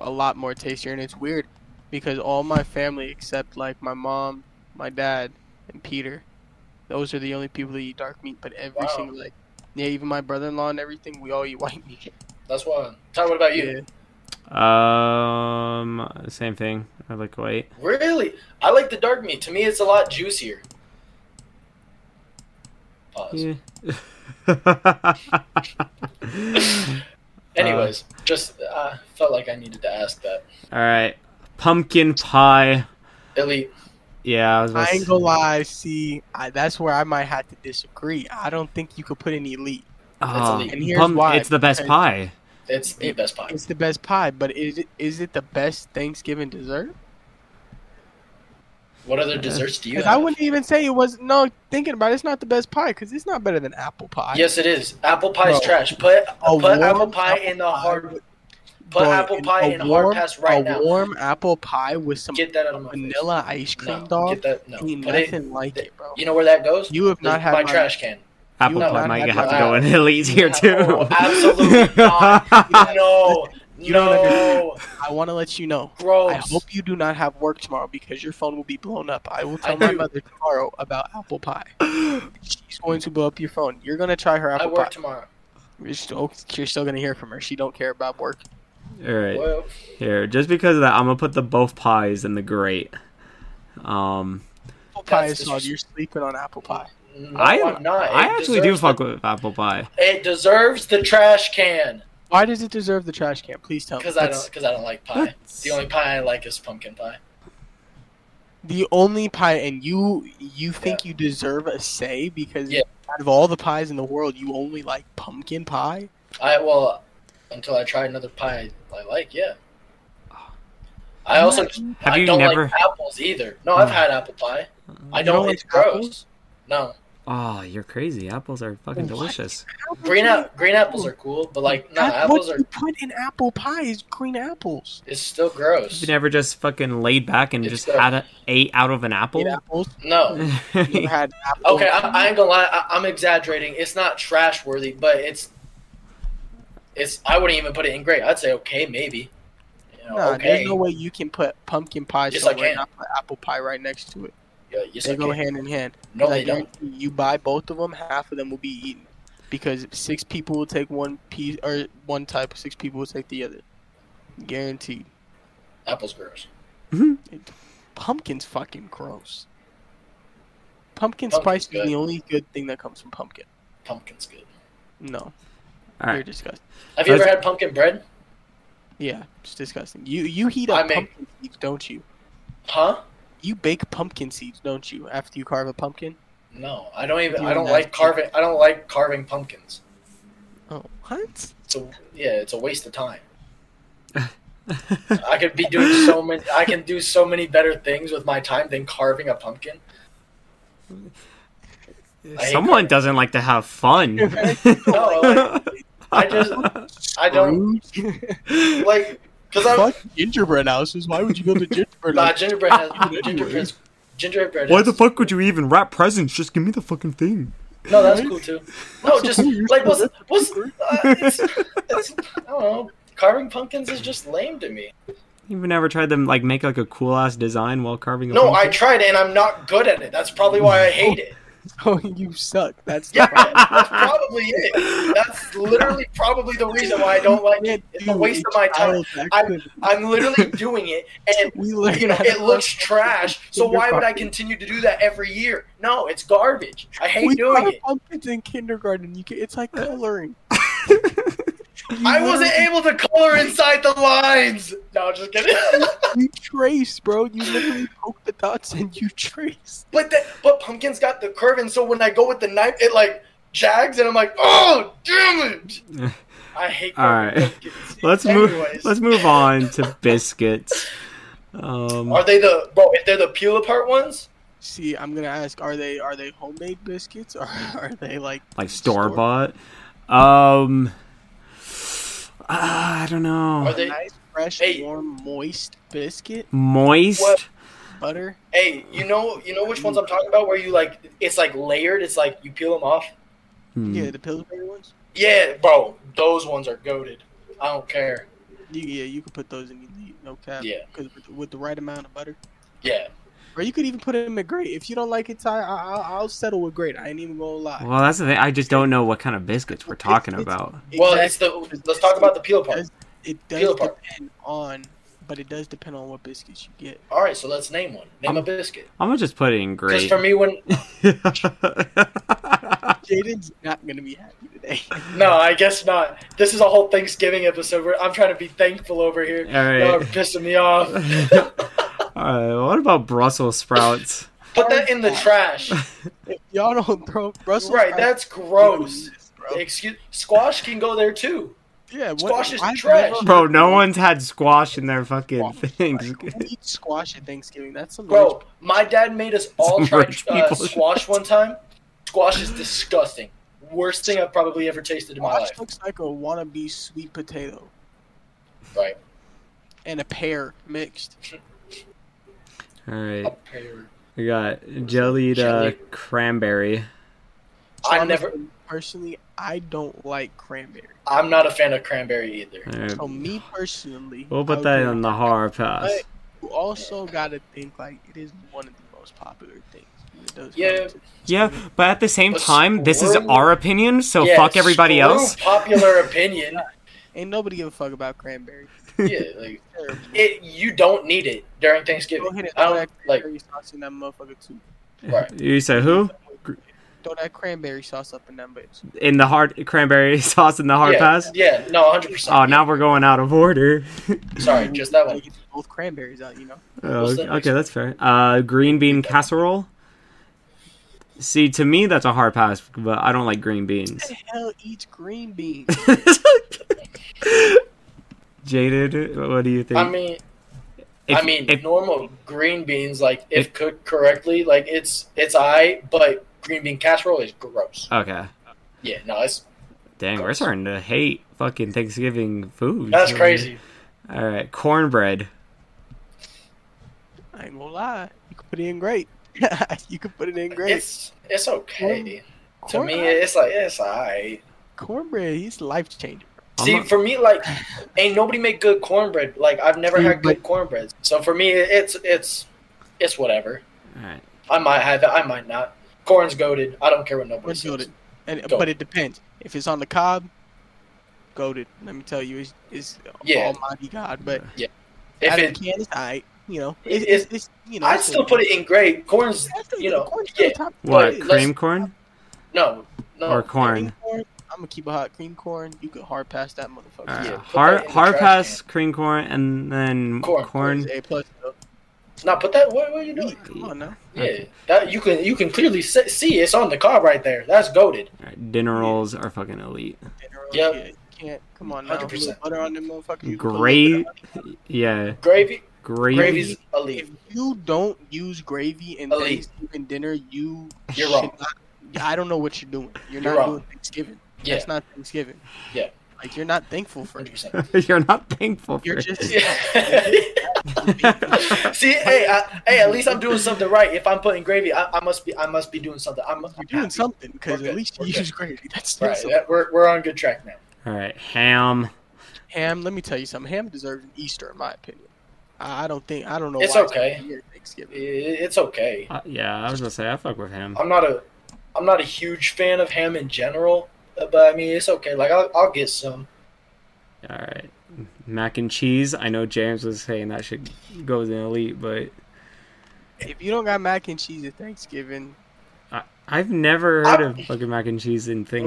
a lot more tastier, and it's weird because all my family except like my mom, my dad, and Peter, those are the only people that eat dark meat. But every
Wow.
single like, yeah, even my brother-in-law and everything, we all eat white meat.
That's why. Ty, what about you?
Yeah.
Um, same thing. I like white.
Really? I like the dark meat. To me, it's a lot juicier. Pause.
Yeah.
Anyways, just uh, felt like I needed to ask that.
All right, pumpkin pie.
Elite.
Yeah, I was. About
I
to
ain't
say-
gonna lie. See, I, that's where I might have to disagree. I don't think you could put an elite.
Oh,
elite.
And here's
pump-
why,
It's the best
because-
pie.
It's the best pie.
It's the best pie, but is it is it the best Thanksgiving dessert?
What other desserts do you
Because
have?
I wouldn't even say it was. No, thinking about it, it's not the best pie because it's not better than apple pie.
yes, it is. Apple pie is
Bro.
trash. Put, put
warm
apple pie in the hard. Put apple pie in hard pass right
a
now.
warm apple pie with some
Get that out of my face.
vanilla ice cream,
No,
dog.
get that. No,
Ain't
put it.
nothing like it, bro.
You know where that goes?
You have not had
my
my-
trash can.
Apple
have
pie
not
might
had
have to
my-
go in elite here too.
Oh, absolutely not. No,
You don't
no,
I want to let you know.
gross.
I hope you do not have work tomorrow because your phone will be blown up. I will tell
I
my
do.
mother tomorrow about apple pie. She's going to blow up your phone. You're gonna try her
I
apple
work
pie.
tomorrow.
You're still, you're still gonna hear from her. She don't care about work.
All right.
Well,
Here, just because of that, I'm gonna put the both pies in the grate. Um,
Apple pie
That's
is hard.
disres-
You're sleeping on apple pie.
no,
I
am not.
I
It
actually do
deserves
fuck
the-
with apple pie.
It deserves the trash can
Why does it deserve the trash can? Please tell me.
because I
That's-
don't because I don't like pie. The only pie I like is pumpkin pie.
The only pie, and you you think you deserve a say because
Yeah.
out of all the pies in the world, you only like pumpkin pie.
I well until I try another pie I like. Yeah. I also
Have
I
you
don't
never- Hmm.
like apples either. No, I've had apple pie. I
You
don't.
don't
it's
like
gross.
apples?
No,
Oh, you're crazy. Apples are fucking delicious.
green ap- green
Oh.
apples are cool, but like no,
That's
apples
what
are.
you put in apple pie is green apples.
It's still gross.
You never just fucking laid back and
It's
just
gross.
had a, ate out of an apple.
Green apples.
No.
You had apples.
Okay, I, I ain't gonna lie. I, I'm exaggerating. It's not trash worthy, but it's. It's. I wouldn't even put it in great. I'd say okay, maybe. You know,
Nah,
okay.
there's no way you can put pumpkin pie
Yes, I
somewhere
can.
and not put apple pie right next to it.
Yeah, yes,
They
I
go
can.
hand in hand.
No,
I
they don't.
guarantee You buy both of them, half of them will be eaten because six people will take one piece or one type, six people will take the other. Guaranteed.
Apples gross.
Pumpkin's fucking gross. Pumpkin
Pumpkin's
spice is
good.
the only good thing that comes from pumpkin.
Pumpkin's good.
No,
All right.
you're disgusting.
Have you
That's-
ever had pumpkin bread?
Yeah, it's disgusting. You you heat
I
up
make-
pumpkin seeds, don't you?
Huh?
You bake pumpkin seeds, don't you? After you carve a pumpkin.
No, I don't even.
Do
I don't
that.
like carving. I don't like carving pumpkins.
Oh, what?
So yeah, it's a waste of time. I could be doing so many. I can do so many better things with my time than carving a pumpkin. hate
Someone doesn't like to have fun.
No, like, I just, I don't like because I'm
Fuck gingerbread houses. Why would you build a gingerbread
nah,
house?
gingerbread has gingerbread. Gingerbread.
Why
is-
the fuck would you even wrap presents? Just give me the fucking thing.
No, that's cool too. No, just
point? You're
like what's
supposed
what's uh, it's, it's, I don't know. Carving pumpkins is just lame to me.
You've never tried them like make like a cool ass design while carving a
No, I
pumpkin?
tried it and I'm not good at it. That's probably why I hate it.
Oh, you suck. That's the
Yeah,
problem.
that's probably it. That's literally probably the reason why I don't like it. It's a waste of my time. I'm, I'm literally doing it, and
we learned
you know
how to
it looks trash. So why would I
kindergarten.
continue to do that every year? No, it's garbage. I hate
we
doing
carve
it.
pumpkins in kindergarten. You can, it's like coloring.
I wasn't able to color inside the lines. No, just kidding.
You trace, bro. You literally poke the dots and you trace.
but the, but pumpkins got the curve, and so when I go with the knife, it like jags, and I'm like, oh damn it! I hate.
All right.
pumpkins.
Let's move.
Anyways.
Let's move on to biscuits. Um,
Are they the bro? If they're the peel apart ones,
See, I'm gonna ask: Are they are they homemade biscuits or are they like
like store bought. Um, ah, I don't
are
know.
they?
nice, fresh,
Hey.
warm, moist biscuit
Moist.
What?
butter?
Hey, you know, you know which ones I'm talking about? Where you like, it's like layered. It's like you peel them off.
Hmm.
Yeah, the Pillsbury ones.
Yeah, bro, those ones are goaded. I don't care.
You, yeah, you could put those in elite, no cap.
Yeah.
'Cause with, with the right amount of butter,
Yeah,
or you could even put it in a grate. If you don't like it, Ty, I, I, I'll settle with grate. I ain't even gonna lie.
Well, that's the thing. I just don't know what kind of biscuits we're talking
It's-
about.
well, it's the. Let's talk about the peel apart.
does, it
Peel
does
apart.
depend on, but it does depend on what biscuits you get.
All right, so let's name one. Name a biscuit.
I'm gonna just put it in
Because
great.
for me, when
Jaden's not gonna be happy today.
no, I guess not. This is a whole Thanksgiving episode where I'm trying to be thankful over here.
All right.
Y'all are pissing me off.
Alright, what about Brussels sprouts?
Put that in the trash.
if y'all don't throw Brussels
Right,
sprouts-
that's gross.
Bro.
Excuse squash can go there too.
Yeah, what,
Squash is
I've
trash.
never-
Bro, no one's had squash in their fucking things.
Like, who eats squash at Thanksgiving? That's some
Bro, my dad made us all
Some
try
rich
uh,
people.
squash one time. Squash is disgusting. Worst thing I've probably ever tasted in my
squash
life.
looks like a wannabe sweet potato
Right.
and a pear mixed.
Alright,
A pear.
we got jellied uh,
Jelly.
cranberry.
I
I'm
never.
a- personally, I don't like cranberry.
I'm not a fan of cranberry either.
Alright,
So me personally,
we'll
I
put that
would-
on the hard pass.
But you also gotta think like it is one of the most popular things. It does
Yeah.
come to-
Yeah, but at the same
A
time, this is
squirrel?
our opinion, so
Yeah,
fuck everybody
screw
else.
Popular opinion.
Ain't nobody give a fuck about cranberry.
yeah, like
Terrible.
it. You don't need it during
Go ahead
Thanksgiving.
and
I
throw that
don't like.
cranberry sauce in that motherfucker too.
Right.
You said who?
Throw that cranberry sauce up in that bitch.
In the hard cranberry sauce in the hard
yeah,
pass?
Yeah. No, 100. percent
Oh, now we're going out of order.
Sorry, just that one.
Gotta get Both cranberries out, you know.
Oh,
What's
okay,
the next one?
that's fair. Uh, green bean casserole. See, to me, that's a hard pass, but I don't like green
Who
beans.
the hell eats green beans?
Jaded, what do you think?
I mean,
If-
I mean,
if-
normal green beans, like if,
If-
cooked correctly, like it's it's I. But green bean casserole is gross.
okay.
Yeah, no, it's
Dang, we're starting to hate fucking Thanksgiving food.
that's crazy.
All right, cornbread.
I ain't gonna lie. You could put it in great. you could put it in great.
It's it's okay. To
Corn-
me, it's like it's alright.
cornbread, he's life changer.
I'm
See,
not-
for me, like, ain't nobody make good cornbread. Like, I've never
See,
had good
but-
cornbread. So for me, it's it's it's whatever.
All right.
I might have it. I might not. Corn's goaded. I don't care what nobody
Corn's
says.
goated. And
Go.
but it depends. If it's on the cob, goaded. Let me tell you, it's, it's
Yeah.
Almighty God. But
If
out of
it,
the can, it's alright. You know,
It-
it, it's, it's you know.
I'd still put it in great. Corn's you know, yeah.
top
What,
Wait, let's-
cream corn
no, no.
or
Cream
corn?
corn. I'm gonna keep a hot cream corn. You could hard pass that motherfucker.
All right.
Yeah, put that
hard
in the
hard
trash
pass, cream corn, and then
Corn,
corn.
It's A plus. though.
Now put that. What, what are you doing?
Come on now.
Yeah, that you can you can clearly se- see it's on the car right there. That's goaded.
Alright, dinner rolls are fucking elite.
Yep.
General, yeah, you can't. Come on now.
100%.
Butter on them motherfuckers. you put a little
Great.
bit on-
Yeah.
Gravy,
Gravy.
gravy's
If
elite.
you don't use gravy in
Elite.
Thanksgiving dinner, you
Oh, You're
should
wrong.
not- yeah, I don't know what you're doing. You're,
You're
not
wrong.
doing Thanksgiving.
Yeah.
That's not Thanksgiving.
Yeah.
Like you're not thankful for
Hundred
it.
percent.
You're not thankful for
You're
it.
just
See, hey, I, hey, at least I'm doing something right. If I'm putting gravy, I, I must be, I must be doing something. I'm, I'm
you're doing
happy.
something because
We're
at
good.
least you
We're
use gravy. That's
Right,
that's
that- we're, we're on good track now.
All right, ham.
ham. Let me tell you something. Ham deserves an Easter, in my opinion. I I don't think I don't know.
It's
why
okay.
near Thanksgiving.
It- It's okay.
Uh, yeah, I was gonna say I fuck with ham.
I'm not a, I'm not a huge fan of ham in general, uh, but I mean it's okay. Like I'll, I'll get some.
All right, mac and cheese. I know James was saying that should go as an elite, but
If you don't got mac and cheese at Thanksgiving,
I, I've never heard of fucking mac and cheese in Thanksgiving.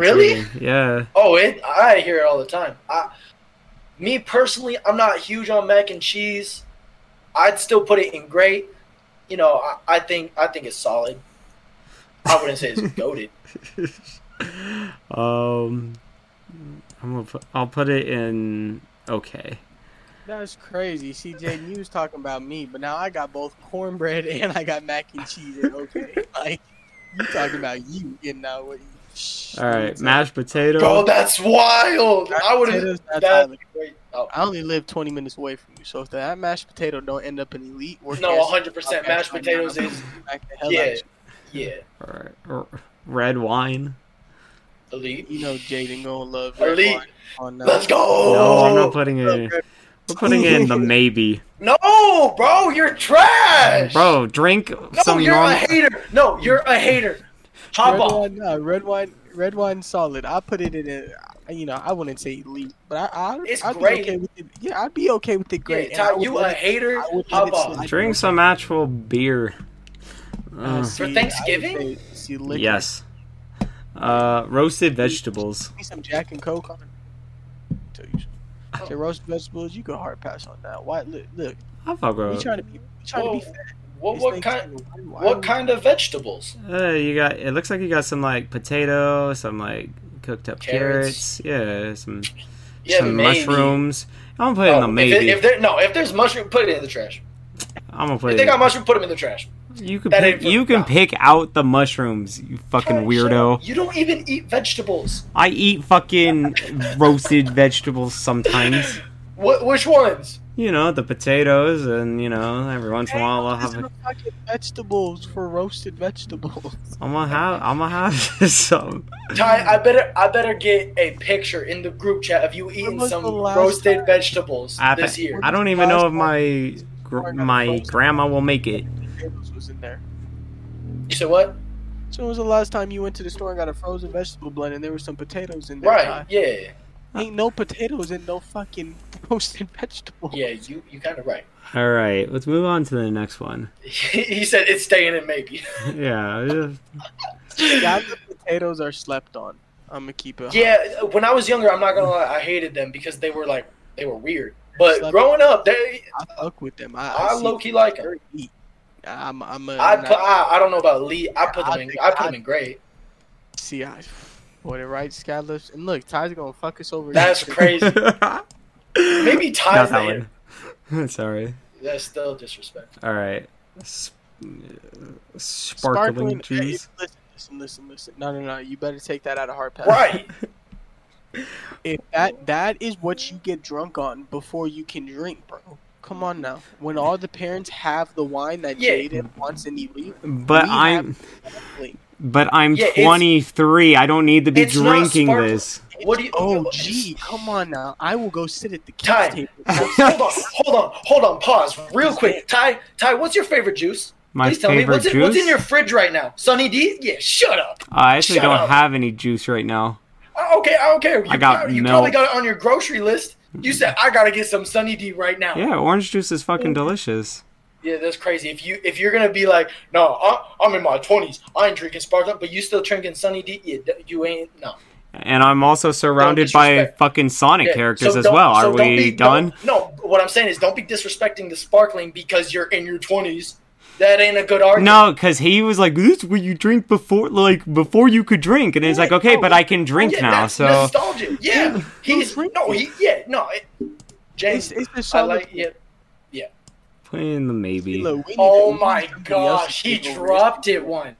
Really?
Yeah.
Oh, it, I hear it all the time. I, me personally, I'm not huge on mac and cheese. I'd still put it in great. You know, I, I think, I think it's solid. I wouldn't say it's goaded.
um, I'm gonna put, I'll put it in okay.
that's crazy. CJ, you was talking about me, but now I got both cornbread and I got mac and cheese. And okay, like you talking about you getting out what? you-
All right, mashed potato.
Bro, that's wild.
Mashed
I would have.
potatoes, that's
That's
all-
great. Oh,
I only live 20 minutes away from you, so if that mashed potato don't end up in elite, we're
no,
canceled.
100 percent mashed
Okay,
potatoes
I'm
is
back the hell
yeah.
out you.
yeah
All right, or red wine.
elite.
You know Jaden gonna love red
Elite.
wine on uh, that.
Let's go.
No, I'm not putting it. in. We're putting it in the maybe.
No, bro, you're trash.
Bro, drink
no,
some
you're a
normal.
hater. No, you're a hater. Hop
red
off.
wine, nah, red wine, red wine, solid. I put it in a, you know, I wouldn't say elite, but I, I
It's
I'd
great.
Be okay with it. Yeah, I'd be okay with it. Great.
Yeah,
And I
Ty,
would
you uh,
let
a
it-
hater.
I would let
Hop
it
off.
slide.
Drink some actual beer.
uh,
Ugh.
see, I would
Thanksgiving?
say- see, liquor.
yes. Uh, roasted vegetables.
Give me some Jack and Coke on. it. Tell you
Oh.
something. The roast vegetables, you can hard pass on that. Why? Look, look
I Oh, fuck
we
with.
trying to be, we trying
Whoa,
to be fat.
What,
It's
what kind?
Thanksgiving. Why are
What
we-
kind of vegetables?
Uh, you got. It looks like you got some like potato, some like cooked up carrots.
Carrots.
Yeah, some
Yeah,
some
maybe.
mushrooms. I'm gonna put it
Oh,
in the
If, it-
maybe.
if there, no, if there's mushroom, put it in the trash.
I'm gonna put
If
it.
they
In.
got mushroom, put them in the trash.
you can
that
pick,
ain't for-
you can pick out the mushrooms. You fucking
Ty, shut
weirdo.
up. You don't even eat vegetables.
I eat fucking roasted vegetables sometimes.
What? Which ones?
You know the potatoes, and you know every once in a while I'll
These
have a
are fucking vegetables for roasted vegetables.
I'm gonna have I'm gonna have some.
Ty, I better, I better get a picture in the group chat of you eating
was
some
the last
roasted
time?
vegetables
I,
this year.
I don't even know if my gr- my grandma will make it.
Potatoes was in there.
You said what?
So when was the last time you went to the store and got a frozen vegetable blend and there was some potatoes in there?
Right? Yeah.
Ty? Ain't no potatoes and no fucking roasted vegetable.
Yeah. You, you kind of right.
All right, let's move on to the next one.
he said it's staying in maybe.
Yeah,
Yeah, the potatoes are slept on. I'm gonna keep it.
Yeah, when I was younger, I'm not gonna lie, I hated them because they were like they were weird. But
Suck.
growing up, they
I fuck with them. I,
I
see
low key like them.
them. Eat. I'm. I'm. A,
I
I'm
put
not-
I, I don't know about Lee. I put
I
them in
think
I put
I-
them in great.
see. I. What it right, Skylips. And look, Ty's gonna fuck us over.
That's crazy. Maybe
not
Ty's
that
there.
one. Sorry.
That's still disrespectful.
All right. S- uh,
Sparkling
sparkling
hey,
juice.
Listen, listen, listen, listen. No, no, no. You better take that out of hard pass.
Right.
If that that is what you get drunk on before you can drink, bro. Come on now. When all the parents have the wine that
Yeah.
Jaden wants and Elite,
But
we
I'm
like,
but I'm
Yeah, it's-
23. I don't need to be
it's not
drinking
sparkling.
this.
What do you?
oh gee, come on now. I will go sit at the
Time.
kids table.
Hold on, hold on, hold on. Pause, real quick. Ty, Ty, what's your favorite juice?
My
Please tell me
favorite
what's in, what's
juice?
in your fridge right now. Sunny D? Yeah, shut up.
I actually
Shut
don't
up.
have any juice right now.
Uh, Okay, I don't care. You,
I got
probably, you
milk. Mm-hmm.
probably got it on your grocery list. You said I gotta get some Sunny D right now.
Yeah, orange juice is fucking
Mm.
delicious.
Yeah, that's crazy. If you if you're gonna be like, no, I, I'm in my twenties, I ain't drinking sparkling, but you still drinking Sunny D, yeah, that- you ain't no.
And I'm also surrounded by fucking Sonic
Yeah,
characters
so
as
don't-
well. Are
so don't
we
be-
done?
don't- No, what I'm saying is don't be disrespecting the sparkling because you're in your 20s. That ain't a good argument.
No, because he was like, "This is what you drink before, like before you could drink," and he's like,
Yeah,
"Okay,
oh,
but I can drink
yeah,
now."
that's
So
nostalgia. Yeah, he's
drink
no, he yeah, no. It,
It's,
James,
it's the
I
solid
like yeah.
put in the maybe.
tequila. We need to-
Oh
we need
my
somebody else
gosh,
to
he
take over
dropped
this.
it one.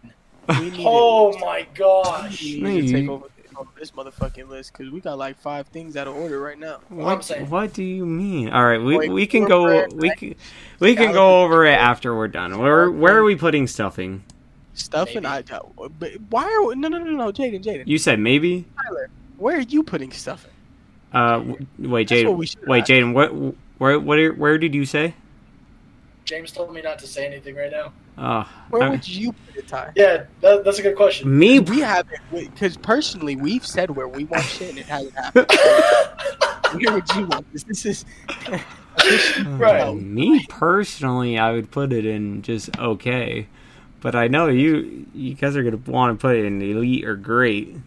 We need to-
Oh my gosh.
we need to
Sneak.
take over on this motherfucking list because we got like five things out of order right now.
I'm
What,
saying.
what do you mean? All right, we,
Like,
we can
we're
go
red,
we can, we can go over it after we're done. Where where are we putting stuffing?
Stuffing,
Maybe.
I got. But why are we, no no no no Jaden Jaden
You said maybe.
Tyler? Where are you putting stuffing?
Uh, w- wait,
That's what
Jaden.
we should
Wait,
ask.
Jaden. What where what where did you say?
James told me not to say anything right now.
Oh,
Where
I-
would you put it, Ty?
Yeah, that, that's a good question.
me.
We haven't, because personally, we've said where we want shit and it hasn't happened. where would you want this? This is
Right.
Me personally, I would put it in just okay, but I know you you guys are gonna want to put it in elite or great.
you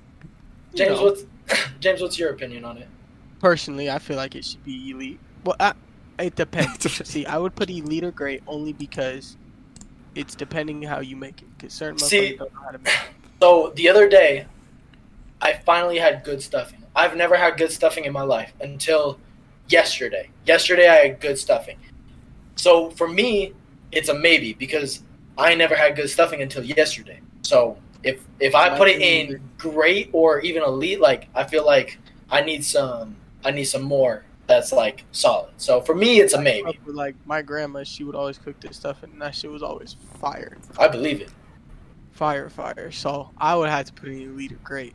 James,
know,
what's James? What's your opinion on it?
personally, I feel like it should be elite. Well, I, it depends. See, I would put elite or great only because it's depending how you make it. Because certain
See-
motherfuckers don't know how to make it.
So the other day, I finally had good stuffing. I've never had good stuffing in my life until yesterday. Yesterday, I had good stuffing. So for me, it's a maybe because I never had good stuffing until yesterday. So if if I put it in great or even elite, like I feel like I need some I need some more that's like solid. So for me, it's a maybe.
Like my grandma, she would always cook this stuff, and that shit was always fire.
I believe it.
fire fire so i would have to put in elite or great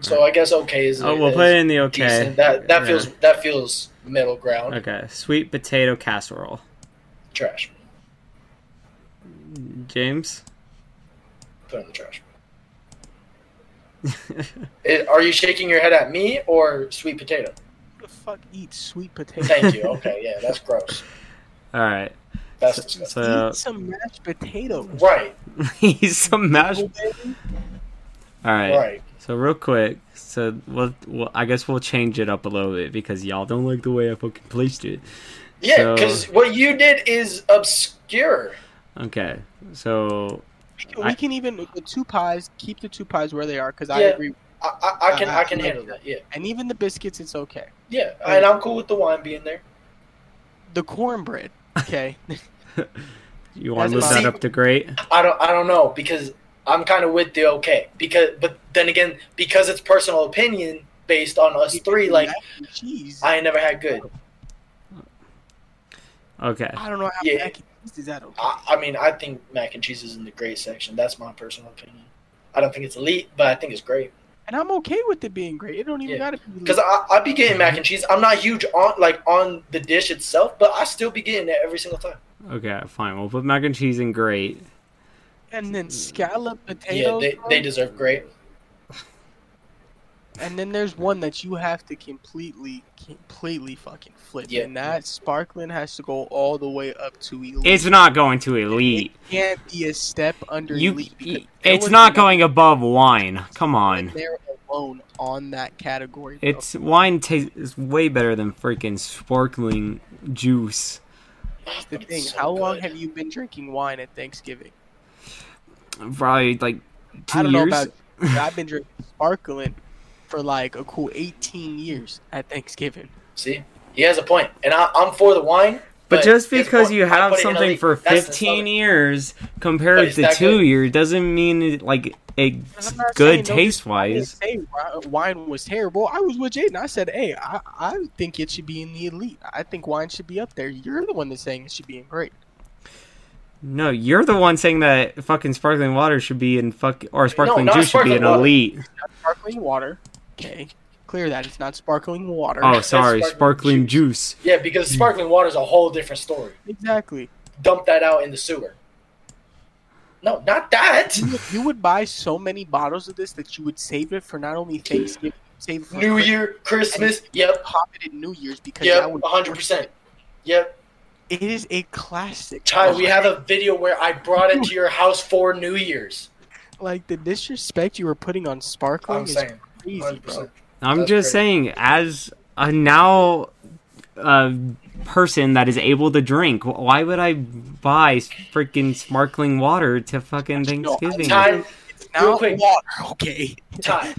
So I guess okay is
Oh, we'll
is
put it in the okay.
decent. That that
Yeah.
feels that feels middle ground.
okay. Sweet potato casserole,
Trash.
James.
put it in the trash. It- are you shaking your head at me or sweet potato?
who the fuck eats sweet potato
Thank you. Okay, yeah, that's gross.
All right.
That's
So,
disgusting.
so
eat some mashed potatoes
Right,
he's some mashed. All right.
right.
So real quick. So we'll, we'll I guess we'll change it up a little bit because y'all don't like the way I fucking placed it.
Yeah,
So-
because what you did is obscure.
Okay. So
we can,
I-
we can even the two pies keep the two pies where they are because i
Yeah.
agree
I, I, I can I can
Uh,
handle that. Yeah,
and even the biscuits it's okay
yeah,
uh,
and I'm cool with the wine being there.
the cornbread okay
you want to move
That's
that
fine.
up to great?
I don't I don't know because I'm kind of with the okay because but then again because it's personal opinion based on us three. Like
Mac and cheese I,
I ain't never had good.
Okay.
don't know how
Yeah.
mac and cheese is that okay
I, I mean I think mac and cheese is in the great section. That's my personal opinion. I don't think it's elite, but I think it's great.
and i'm okay with it being great it don't even
Yeah.
gotta be
Because
elite.
I, I be getting mac and cheese. I'm not huge on like on the dish itself, but I still be getting it every single time.
Okay. Fine. We'll put mac and cheese in great.
and then scallop potatoes
yeah,
bro.
they, they deserve great.
and then there's one that you have to completely completely fucking flip
Yeah.
and that sparkling has to go all the way up to elite
It's not going to elite.
It can't be a step under
You.
elite. because there
It's
was
not
nothing
going above wine. Come on.
There alone on that category. bro.
It's wine tastes is way better than freaking sparkling juice.
That's the
It's
thing.
so
How long
good.
have you been drinking wine at Thanksgiving?
Probably like two
I don't
years.
know about. you, but I've been drinking sparkling for like a cool 18 years at Thanksgiving.
See, he has a point, and I, I'm for the wine.
but, just
he has a
because
point.
you
I
have
put it in
something
elite.
for
That's
15
nostalgic.
years
But
compared
it's
to
not
two
good.
years doesn't mean it, like it's
I'm not
good
saying no,
taste
I didn't
wise.
say wi- wine was terrible. I was with Jaden. I said, "Hey, I, I think it should be in the elite. I think wine should be up there." You're the one that's saying it should be in great.
No, you're the one saying that fucking sparkling water should be in fuck or sparkling
not
juice
sparkling
should be in
water.
elite.
Not sparkling water. Okay, clear that it's not sparkling water.
Oh, sorry,
sparkling
sparkling juice.
Yeah, because
Mm.
sparkling water is a whole different story.
Exactly.
Dump that out in the sewer. No, not that.
You would, you would buy so many bottles of this that you would save it for not only Thanksgiving, save it for
New
Christmas,
Year, Christmas. Yep,
pop it in New Year's because
yep,
that would
100. percent Yep,
It is a classic.
Ty, we have a video where I brought it to your house for New Year's.
like the disrespect you were putting on Sparkling
I'm
is
saying.
crazy,
100%.
bro.
I'm
That's
just
crazy.
saying, as a now a person that is able to drink, wh- why would I buy freaking sparkling water to fucking
No, I'm
Thanksgiving?
tired.
Time,
Now
Real quick.
water, okay.
time.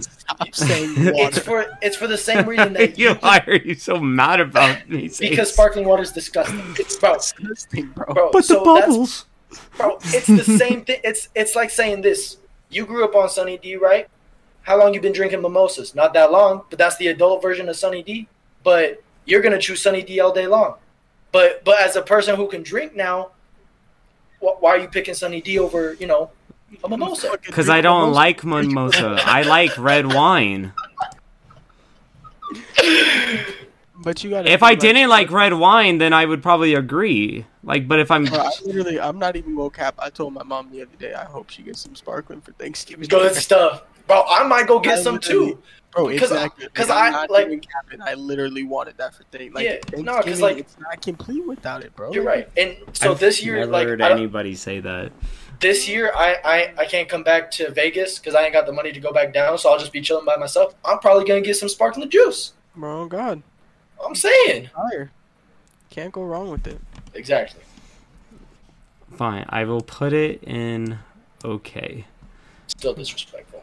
Stop saying
It's
water.
for it's for the same reason that you,
you, why are you so mad about me? saying-
because sparkling water is disgusting.
It's
Bro,
disgusting, bro.
bro.
but
so
the
that's-
bubbles.
bro. It's the same thing. It's it's like saying this. You grew up on Sunny D, right? How long you been drinking mimosas? Not that long, but that's the adult version of Sunny D. But you're gonna choose Sunny D all day long. But but as a person who can drink now, wh- why are you picking Sunny D over you know a mimosa?
Because I don't like mimosa. I like red wine.
But you got.
If I didn't like red wine, then I would probably agree. Like, but if I'm
Bro, I literally, I'm not even woke cap. I told my mom the other day, I hope she gets some sparkling for Thanksgiving.
Good stuff, bro. I might go get some too.
bro.
Because-
exactly.
because
I'm
I,
not
like-
even capping. I literally wanted that for thing. Like,
Yeah,
Thanksgiving,
no, 'cause, like-
it's not complete without it, bro.
You're right. And so
I've
this year,
never
like
heard
I don't-
anybody say that.
this year I, I I can't come back to Vegas because I ain't got the money to go back down, so I'll just be chilling by myself. I'm probably gonna get some sparkling juice.
bro. God,
I'm saying
fire. Can't go wrong with it.
exactly.
Fine, I will put it in okay,
Still disrespectful.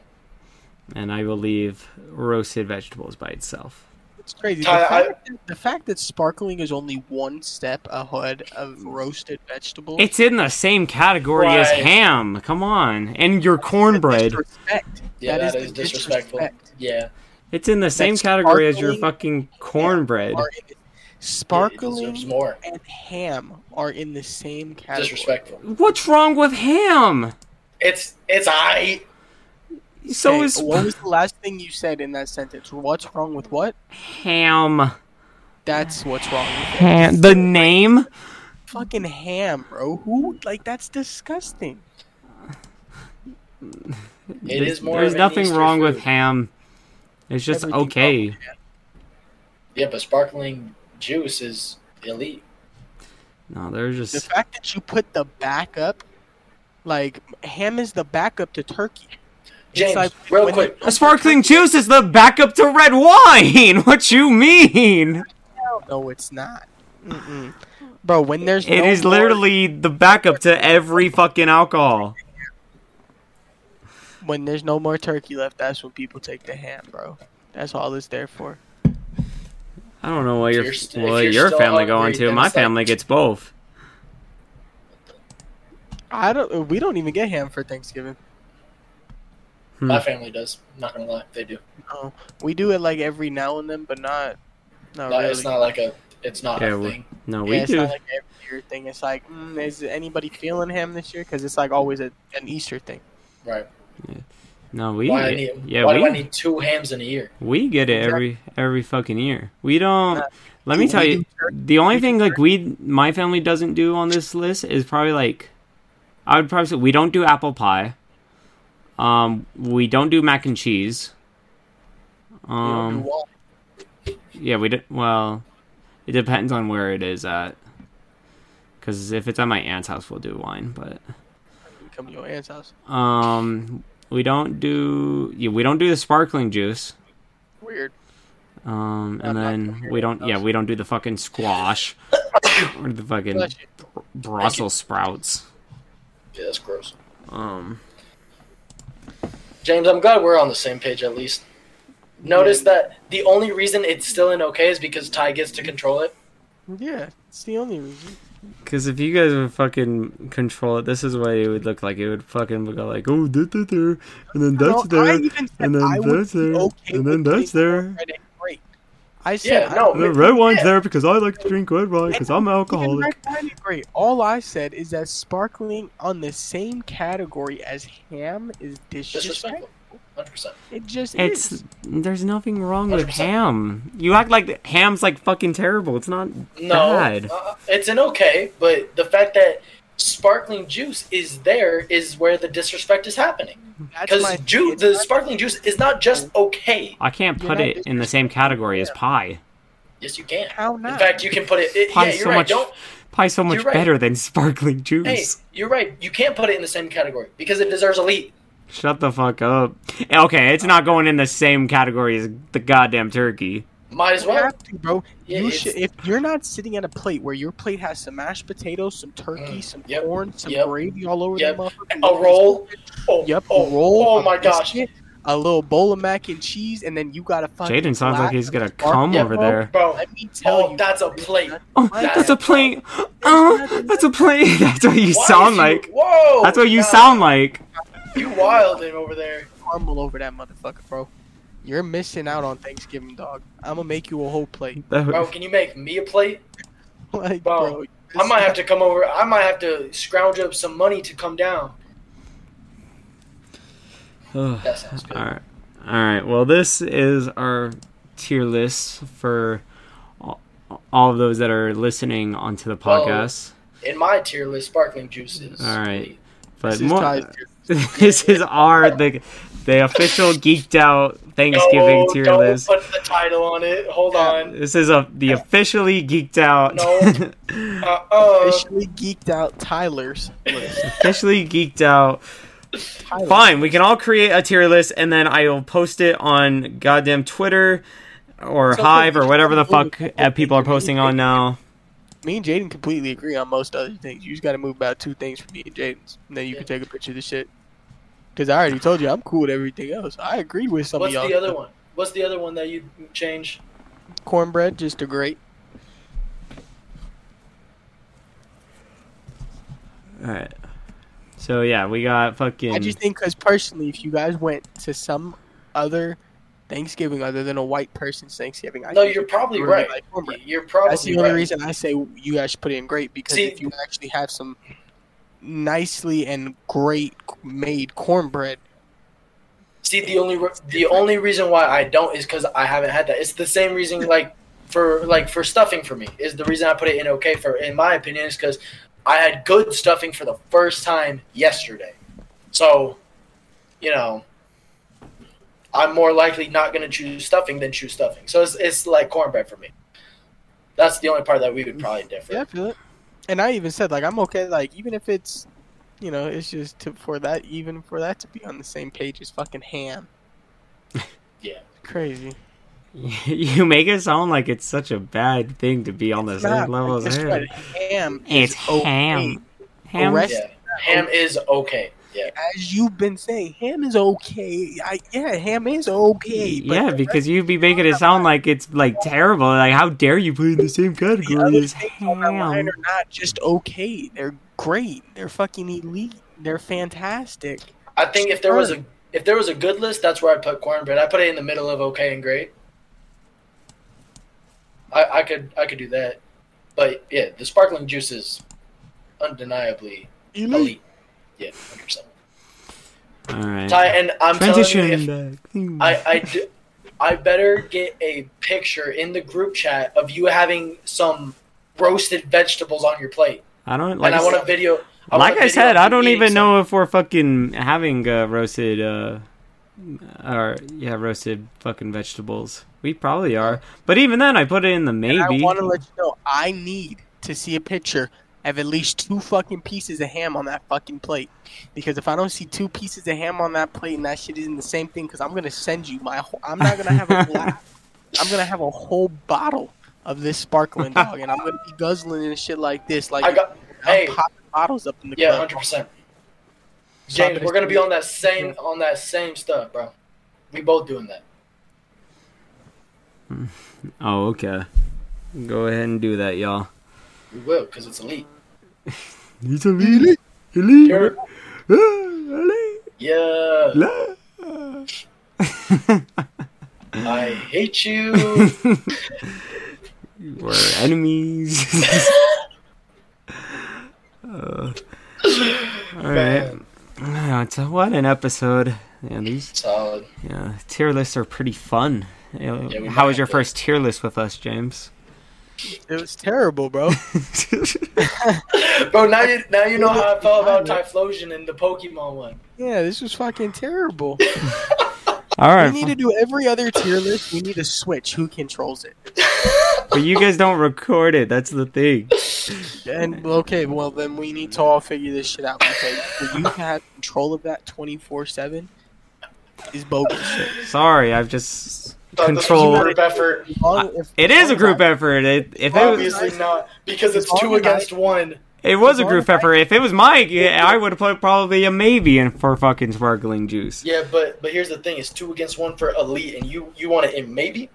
and I will leave roasted vegetables by itself.
It's crazy. The,
Tyler, I-
fact, the fact that sparkling is only one step ahead of roasted vegetables.
It's in the same category as
Right.
ham. Come on, and your cornbread.
Disrespect.
Yeah,
That
that
is
is,
the
disrespectful.
disrespect.
Yeah,
It's in the same
That's
category as your
sparkling.
fucking cornbread.
Are in-
It deserves
Sparkling
more.
and ham are in the same category.
Disrespectful.
What's wrong with ham?
It's it's I.
So
Okay,
is
what was the last thing you said in that sentence? What's wrong with what?
ham.
That's what's wrong with it.
Ham. The name.
Fucking ham, bro. Who like that's disgusting.
It
there's,
is more.
There's
of an
nothing
Easter
wrong with
food.
ham. It's just
Everything
okay.
wrong with ham.
Yeah, but sparkling juice is elite.
No, there's just
The fact that you put the backup, like ham is the backup to turkey. It's
James,
like
real
when
quick.
they-
A sparkling juice is the backup to red wine. What you mean?
No, it's not. Mm-mm. Bro, when there's
It
no
is
more-
literally the backup to every fucking alcohol.
when there's no more turkey left, that's when people take the ham, bro. That's all it's there for.
I don't know what
If
your
you're st- if
what
you're
your
still
family
hungry,
going to.
then
My
it's like-
family gets both.
I don't. We don't even get ham for Thanksgiving.
My family does. not gonna lie, they do.
No, we do it like every now and then, but not. No,
No,
Oh, really.
It's not like a. It's not
Yeah,
a
we-
thing.
No,
Yeah,
we
it's
do.
not like an every year thing. It's like, mm, is anybody feeling ham this year? Because it's like always a, an Easter thing.
Right.
no, we.
why I need,
yeah,
why
we,
do I need two hams in a year?
we get it every every fucking year. We don't.
Uh,
Let me
do
tell
we
you,
do turkey?
the only
We do
thing like we my family doesn't do on this list is probably like, I would probably say we don't do apple pie. Um, we don't do mac and cheese.
You know,
Um,
do all-
Yeah, we did. Well, it depends on where it is at. Because if it's at my aunt's house, we'll do wine. But
come to your aunt's house.
um, we don't do. Yeah, we don't do the sparkling juice.
Weird.
Um, and
I'm not
then
familiar
we
with
don't. Yeah,
those.
we don't do the fucking squash or the fucking
Bless you.
Brussels sprouts.
Yeah, that's gross.
Um,
James, I'm glad we're on the same page at least. Notice that the only reason it's still in okay is because Ty gets to control it.
Yeah, it's the only reason.
because if you guys would fucking control it, this is what it would look like. It would fucking go like, oh, da, da, da, and then
No,
that's there,
I
and
even said
then
I would
that's
be
there,
okay
and then
with
that's
putting
there.
red and grape. I said
Yeah, no,
I
The
Wait,
red wine's
yeah.
there because I like to drink red wine because I'm
Even
alcoholic.
red wine is great. All I said is that sparkling on the same category as ham is disrespectful.
Disrespectful. 100%.
It just
It's
is.
there's nothing wrong with
100%.
ham. You act like th- ham's like fucking terrible. It's not
No,
bad.
uh, it's an okay, but the fact that sparkling juice is there is where the disrespect is happening.
That's
Because
my-
ju-
it's
the
not-
sparkling juice is not just okay.
I can't
You're
put
not
it in the same category as pie.
Yes, you can.
How not?
In fact, you can put it. it yeah,
Pie's
you're
so
right.
much
Don't.
pie's so much
You're right.
better than sparkling
Hey,
juice.
you're right. You can't put it in the same category because it deserves elite.
Shut the fuck up. Eh, Okay, it's not going in the same category as the goddamn turkey.
Might as
You
well.
have to, bro.
Yeah,
you
it's-
should, if you're not sitting at a plate where your plate has some mashed potatoes, some turkey,
Mm,
some
yep,
corn, some
yep,
gravy all over
yep.
the motherfucker,
A roll. Oh,
Yep,
oh,
a roll.
Oh
a
my gosh.
biscuit, A little bowl of mac and cheese, and then you got a fucking.
Jaden sounds like
glass
he's
of
gonna
sparkling
come
Yeah,
over
water.
there.
Bro,
Let me tell
oh,
you,
that's a plate.
Oh,
Why
that's
not?
a plane. Oh, that's a plane. That's what you
Why
sound
is
like.
You, whoa.
That's what you
nah,
sound like.
You wilding over there.
caramel over that motherfucker, bro. You're missing out on Thanksgiving, dog. I'm gonna make you a whole plate,
Bro, can you make me a plate?
like,
Bro,
bro.
I might have to come over. I might have to scrounge up some money to come down.
All
That sounds good.
right. All right. Well, this is our tier list for all, all of those that are listening onto the
Well,
podcast.
In my tier list, sparkling juices.
All right. But
This is
more,
Ty's-
this is our the the official geeked out Thanksgiving
no,
tier
don't
list.
put the title on it. Hold
Yeah.
on.
This is a the officially geeked out
No. Uh, uh,
officially geeked out Tyler's list.
officially geeked out.
Tyler's.
Fine, we can all create a tier list and then I'll post it on goddamn Twitter or
So-
Hive or whatever the fuck uh, people are posting on now.
Me and Jaden completely agree on most other things. You just got to move about two things for me and Jaden's, and then you can take a picture of the shit. Because I already told you I'm cool with everything else. I agree with some
what's
of y'all.
the other one? What's the other one that you changed?
Cornbread, just a great.
All right. So yeah, we got fucking.
I just think because personally, if you guys went to some other Thanksgiving other than a white person's Thanksgiving, I
No,
think
you're
you'd
probably
really
right.
like cornbread.
You're probably
That's the only
right.
reason I say you guys should put it in great because
See-
if you actually have some nicely and great made cornbread,
See, the only re- the only reason why I don't is because I haven't had that. It's the same reason like for like for stuffing for me is the reason I put it in okay for in my opinion is because I had good stuffing for the first time yesterday. So, you know, I'm more likely not going to choose stuffing than choose stuffing. So it's it's like cornbread for me. That's the only part that we would probably differ.
Yeah, I feel it. And I even said like I'm okay. Like even if it's, you know, it's just to, for that. Even for that to be on the same page as fucking ham.
Yeah.
Crazy.
you make it sound like it's such a bad thing to be on the same
Not,
level
like,
as
guess
him.
what? ham.
It's
is okay.
ham. Ham.
Arrest-
Yeah. Ham is okay. Yeah.
As you've been saying, ham is okay. I yeah, ham is okay. But
yeah,
the
because you'd be making it sound like it's like terrible. Like, how dare you put it in the same
rest of the
category
other
as
things on that line
ham?
are not just okay. They're great. They're fucking elite. They're fantastic.
I think if there was a if there was a good list, that's where I put cornbread. I put it in the middle of okay and great. I, I could I could do that, but yeah, the sparkling juice is undeniably elite. Yeah, hundred percent.
All right.
Ty, and I'm telling
Transition.
you, if
back.
I I do, I better get a picture in the group chat of you having some roasted vegetables on your plate,
I don't like.
and
I
I want a video. want
like
a
I
video
said,
of
I
you
don't
eating
even
some.
know if we're fucking having uh, roasted, uh, or yeah, roasted fucking vegetables. We probably are, but even then, I put it in the
And
maybe.
I want to let you know I need to see a picture of at least two fucking pieces of ham on that fucking plate. Because if I don't see two pieces of ham on that plate and that shit isn't the same thing, because I'm gonna send you my. Whole, I'm not gonna have a glass. I'm gonna have a whole bottle of this sparkling dog, and I'm gonna be guzzling and shit like this. Like
I got hey.
I'm popping bottles up in the
Yeah,
club.
hundred percent.
Stop
James,
it.
we're gonna be on that same on that same stuff, bro. We both doing that.
oh, okay. Go ahead and do that, y'all.
We will, cause it's elite.
It's a elite, elite,
Sure.
Ah, elite,
Yeah,
la.
I hate you.
We're enemies. Uh, all right. Yeah, it's a, what an episode. Yeah, these
Solid.
yeah, tier lists are pretty fun. Yeah,
Yeah, we
How was
might
your
have to-
first tier list with us, James?
It was terrible, bro.
Bro, now you now you know how I felt about Typhlosion and the Pokemon one.
yeah, this was fucking terrible.
all
We
right,
need to do every other tier list. We need to switch who controls it.
but you guys don't record it. That's the thing.
and well, okay, well then we need to all figure this shit out because for you to have control of that twenty four seven is bogus.
Sorry, I've just
Thought this was a
controlled.
group effort.
I- It is a group effort. It, if it was,
Obviously not, because it's two
Organized.
against one.
it was a
as long
group
as I-
effort. If it was Mike, yeah, I would have put probably a maybe in for fucking sparkling juice.
Yeah, but but here's the thing: it's two against one for elite, and you you want it in maybe.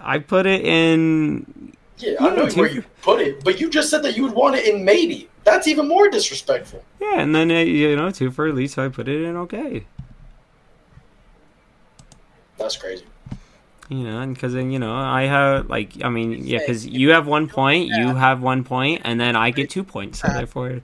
I put it in.
Yeah, I
You
know
know,
where
too.
you put it, but you just said that you would want it in maybe. That's even more disrespectful.
Yeah, and then it, you know two for elite, so I put it in okay.
That's crazy.
You know, and because then you know I have like I mean yeah, because you have one point, you have one point, and then I get two points. So therefore,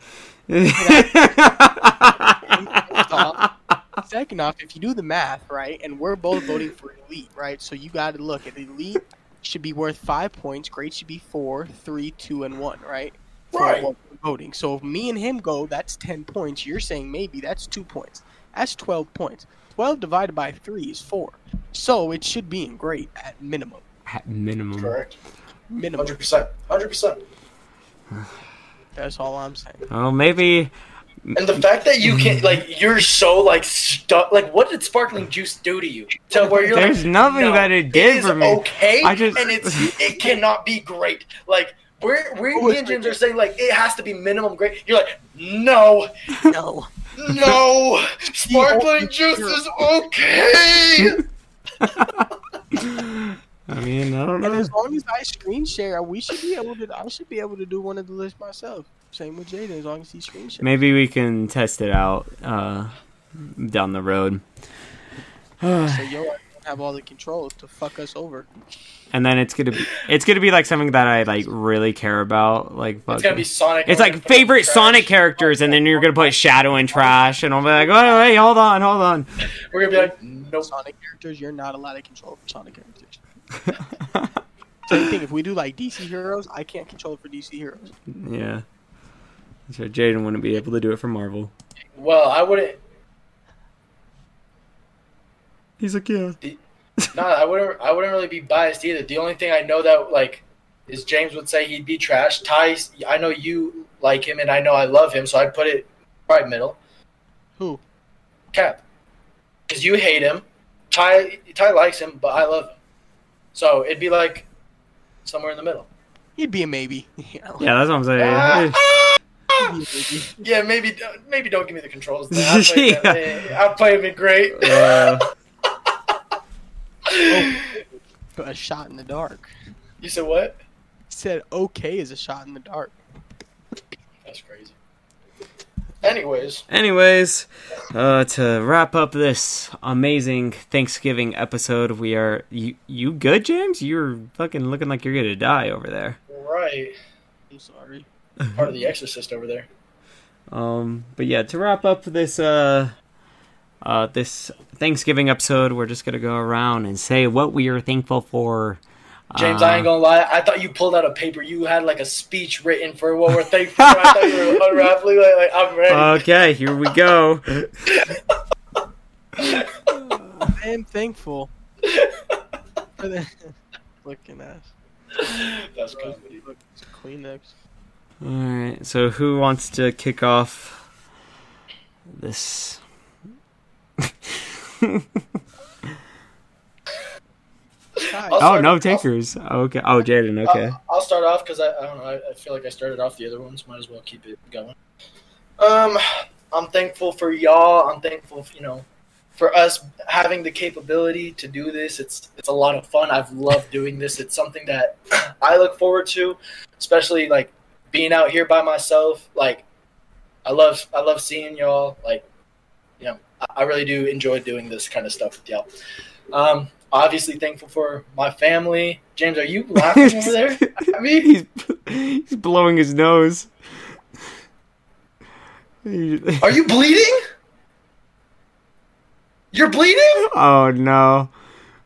Second off, if you do the math right, and we're both voting for elite, right? So you got to look at elite should be worth five points. Great should be four, three, two, and one, right? For
Right.
what we're voting. So if me and him go, that's ten points. You're saying maybe that's two points. That's twelve points. Twelve divided by three is four. So it should be in great at minimum.
At minimum.
Correct.
Minimum.
Hundred percent. Hundred percent.
Mm-hmm.
That's all I'm saying.
Oh, maybe
And the fact that you can
Mm-hmm.
like you're so like stuck. Like, what did sparkling juice do to you? To where you're
there's
like,
nothing
no,
that it
it
did
is
for me.
okay,
I just-
and it's it cannot be great. Like. We're, we're,
Who
me
is
and James
great?
are saying like it has to be minimum grade. You're like, no,
No.
no, sparkling juice is okay.
I mean, I don't
And
know.
as long as I screen share, we should be able to. I should be able to do one of the list myself. Same with Jaden, as long as he screen shares.
Maybe we can test it out uh, down the road.
So yo, I don't have all the control to fuck us over.
And then it's gonna be it's gonna be like something that I like really care about. Like
It's gonna
fucking-
be Sonic.
It's like
I'm gonna put it in
favorite
trash.
Sonic characters, and then you're gonna put Shadow and Trash, and I'll be like, oh, hey, hold on, hold on.
We're gonna be like, nope.
Sonic characters, you're not allowed to control for Sonic characters. Same thing. If we do like DC heroes, I can't control for DC heroes.
Yeah. So Jaden wouldn't be able to do it for Marvel.
Well, I wouldn't.
He's like, yeah.
No, I wouldn't. I wouldn't really be biased either. The only thing I know that like is James would say he'd be trash. Ty, I know you like him, and I know I love him, so I put it right middle.
Who?
Cap, because you hate him. Ty, Ty likes him, but I love him. So it'd be like somewhere in the middle.
He'd be a maybe. You know,
Yeah, that's what I'm saying.
Ah,
he'd
ah.
be a maybe.
yeah, maybe maybe don't give me the controls. Then. I'll, play that- I'll play him in great.
Uh,
But a shot in the dark.
You said what?
Said okay is a shot in the dark.
That's crazy. Anyways,
anyways, uh, to wrap up this amazing Thanksgiving episode, we are you you good, James? You're fucking looking like you're gonna die over there.
right.
I'm sorry.
Part of the exorcist over there.
Um, but yeah, to wrap up this uh uh this Thanksgiving episode, we're just gonna go around and say what we are thankful for.
James,
Uh,
I ain't gonna lie. I thought you pulled out a paper. You had like a speech written for what we're thankful for. I thought you were unraveling. Like, like, I'm ready.
Okay, here we go.
I am thankful for the looking at
That's comedy.
Kleenex.
All right. So who wants to kick off this?
Hi.
I'll
oh
start-
no,
I'll-
takers. Okay. Oh, Jaden. Okay.
Uh, I'll, I'll start off because I, I don't know. I, I feel like I started off the other ones. Might as well keep it going. Um, I'm thankful for y'all. I'm thankful, you know, for us having the capability to do this. It's it's a lot of fun. I've loved doing this. It's something that I look forward to, especially like being out here by myself. Like, I love I love seeing y'all. Like, you know, I, I really do enjoy doing this kind of stuff with y'all. Um, obviously thankful for my family. James, are you laughing over there? I mean,
he's he's blowing his nose.
Are you bleeding? You're bleeding?
oh no.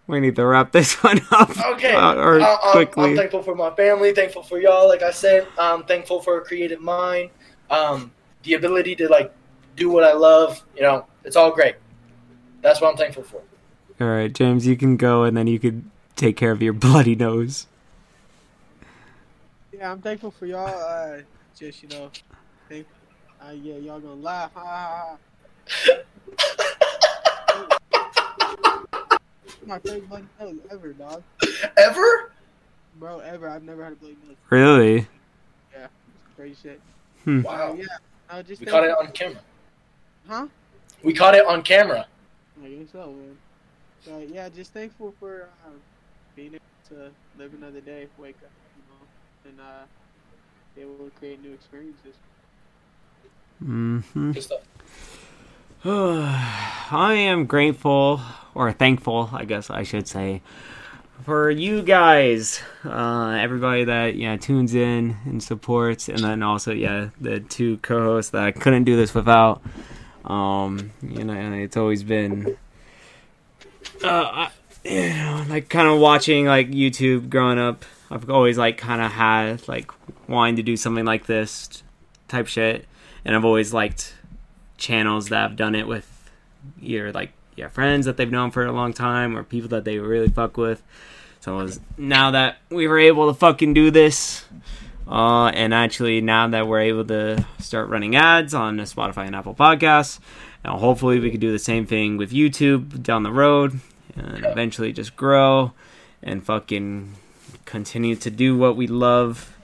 We need to wrap this one up.
Okay.
uh, or
I- I'm, I'm
quickly.
thankful for my family. Thankful for y'all. Like I said, I'm thankful for a creative mind. Um, the ability to like do what I love. You know, it's all great. That's what I'm thankful for.
All right, James, you can go, and then you can take care of your bloody nose.
yeah, I'm thankful for y'all. Uh, just you know, thank, uh, yeah, y'all gonna laugh. Ha, ha, ha. My favorite Blake Mills ever, dog.
Ever?
Bro, ever. I've never had a Blake Mills.
Really?
Yeah, it's crazy shit.
Wow.
Uh, yeah, I just
Oh. We
thank-
caught it on camera.
huh?
We caught it on camera.
I guess so, man. But yeah, just thankful for um, being able to live another day, wake up, you know, and uh, be able to create new experiences.
Mm-hmm.
Good stuff.
I am grateful or thankful, I guess I should say, for you guys, uh, everybody that yeah tunes in and supports, and then also yeah the two co-hosts that I couldn't do this without. Um, you know, and it's always been, uh, I, you know, like kind of watching like YouTube growing up. I've always like kind of had like wanting to do something like this type shit, and I've always liked channels that have done it with your like your friends that they've known for a long time or people that they really fuck with. So it was, now that we were able to fucking do this, uh, and actually now that we're able to start running ads on Spotify and Apple Podcasts, now hopefully we could do the same thing with YouTube down the road, and eventually just grow and fucking continue to do what we love.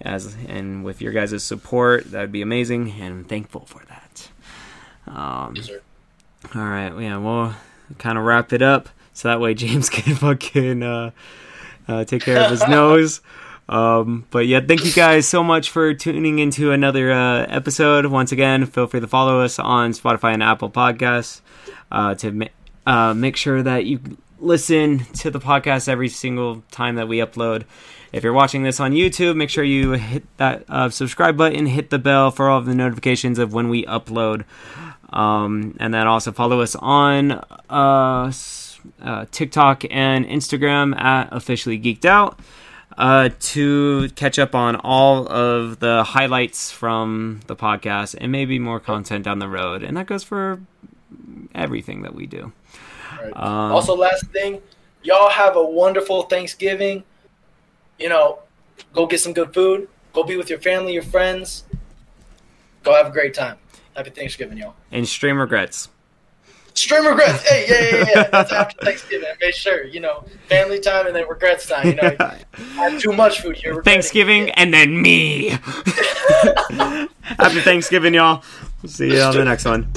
As and with your guys' support, that would be amazing, and I'm thankful for that. Um,
Yes, sir.
all right, yeah, we'll kind of wrap it up so that way James can fucking uh, uh, take care of his nose. Um, but yeah, thank you guys so much for tuning into another uh, episode. Once again, feel free to follow us on Spotify and Apple Podcasts uh, to ma- uh, make sure that you listen to the podcast every single time that we upload. If you're watching this on YouTube, make sure you hit that uh, subscribe button, hit the bell for all of the notifications of when we upload. Um, and then also follow us on uh, s- uh, TikTok and Instagram at Officially Geeked Out uh, to catch up on all of the highlights from the podcast and maybe more content down the road. And that goes for everything that we do.
Right.
Um,
also, last thing, y'all have a wonderful Thanksgiving. You know, go get some good food. Go be with your family, your friends. Go have a great time. Happy Thanksgiving, y'all.
and stream regrets.
Stream regrets. Hey, yeah, yeah, yeah. That's after Thanksgiving. Make sure you know family time and then regrets time. You know, had too much food. You're regretting
Thanksgiving
it.
and then me. After Thanksgiving, y'all. We'll see you on the next one.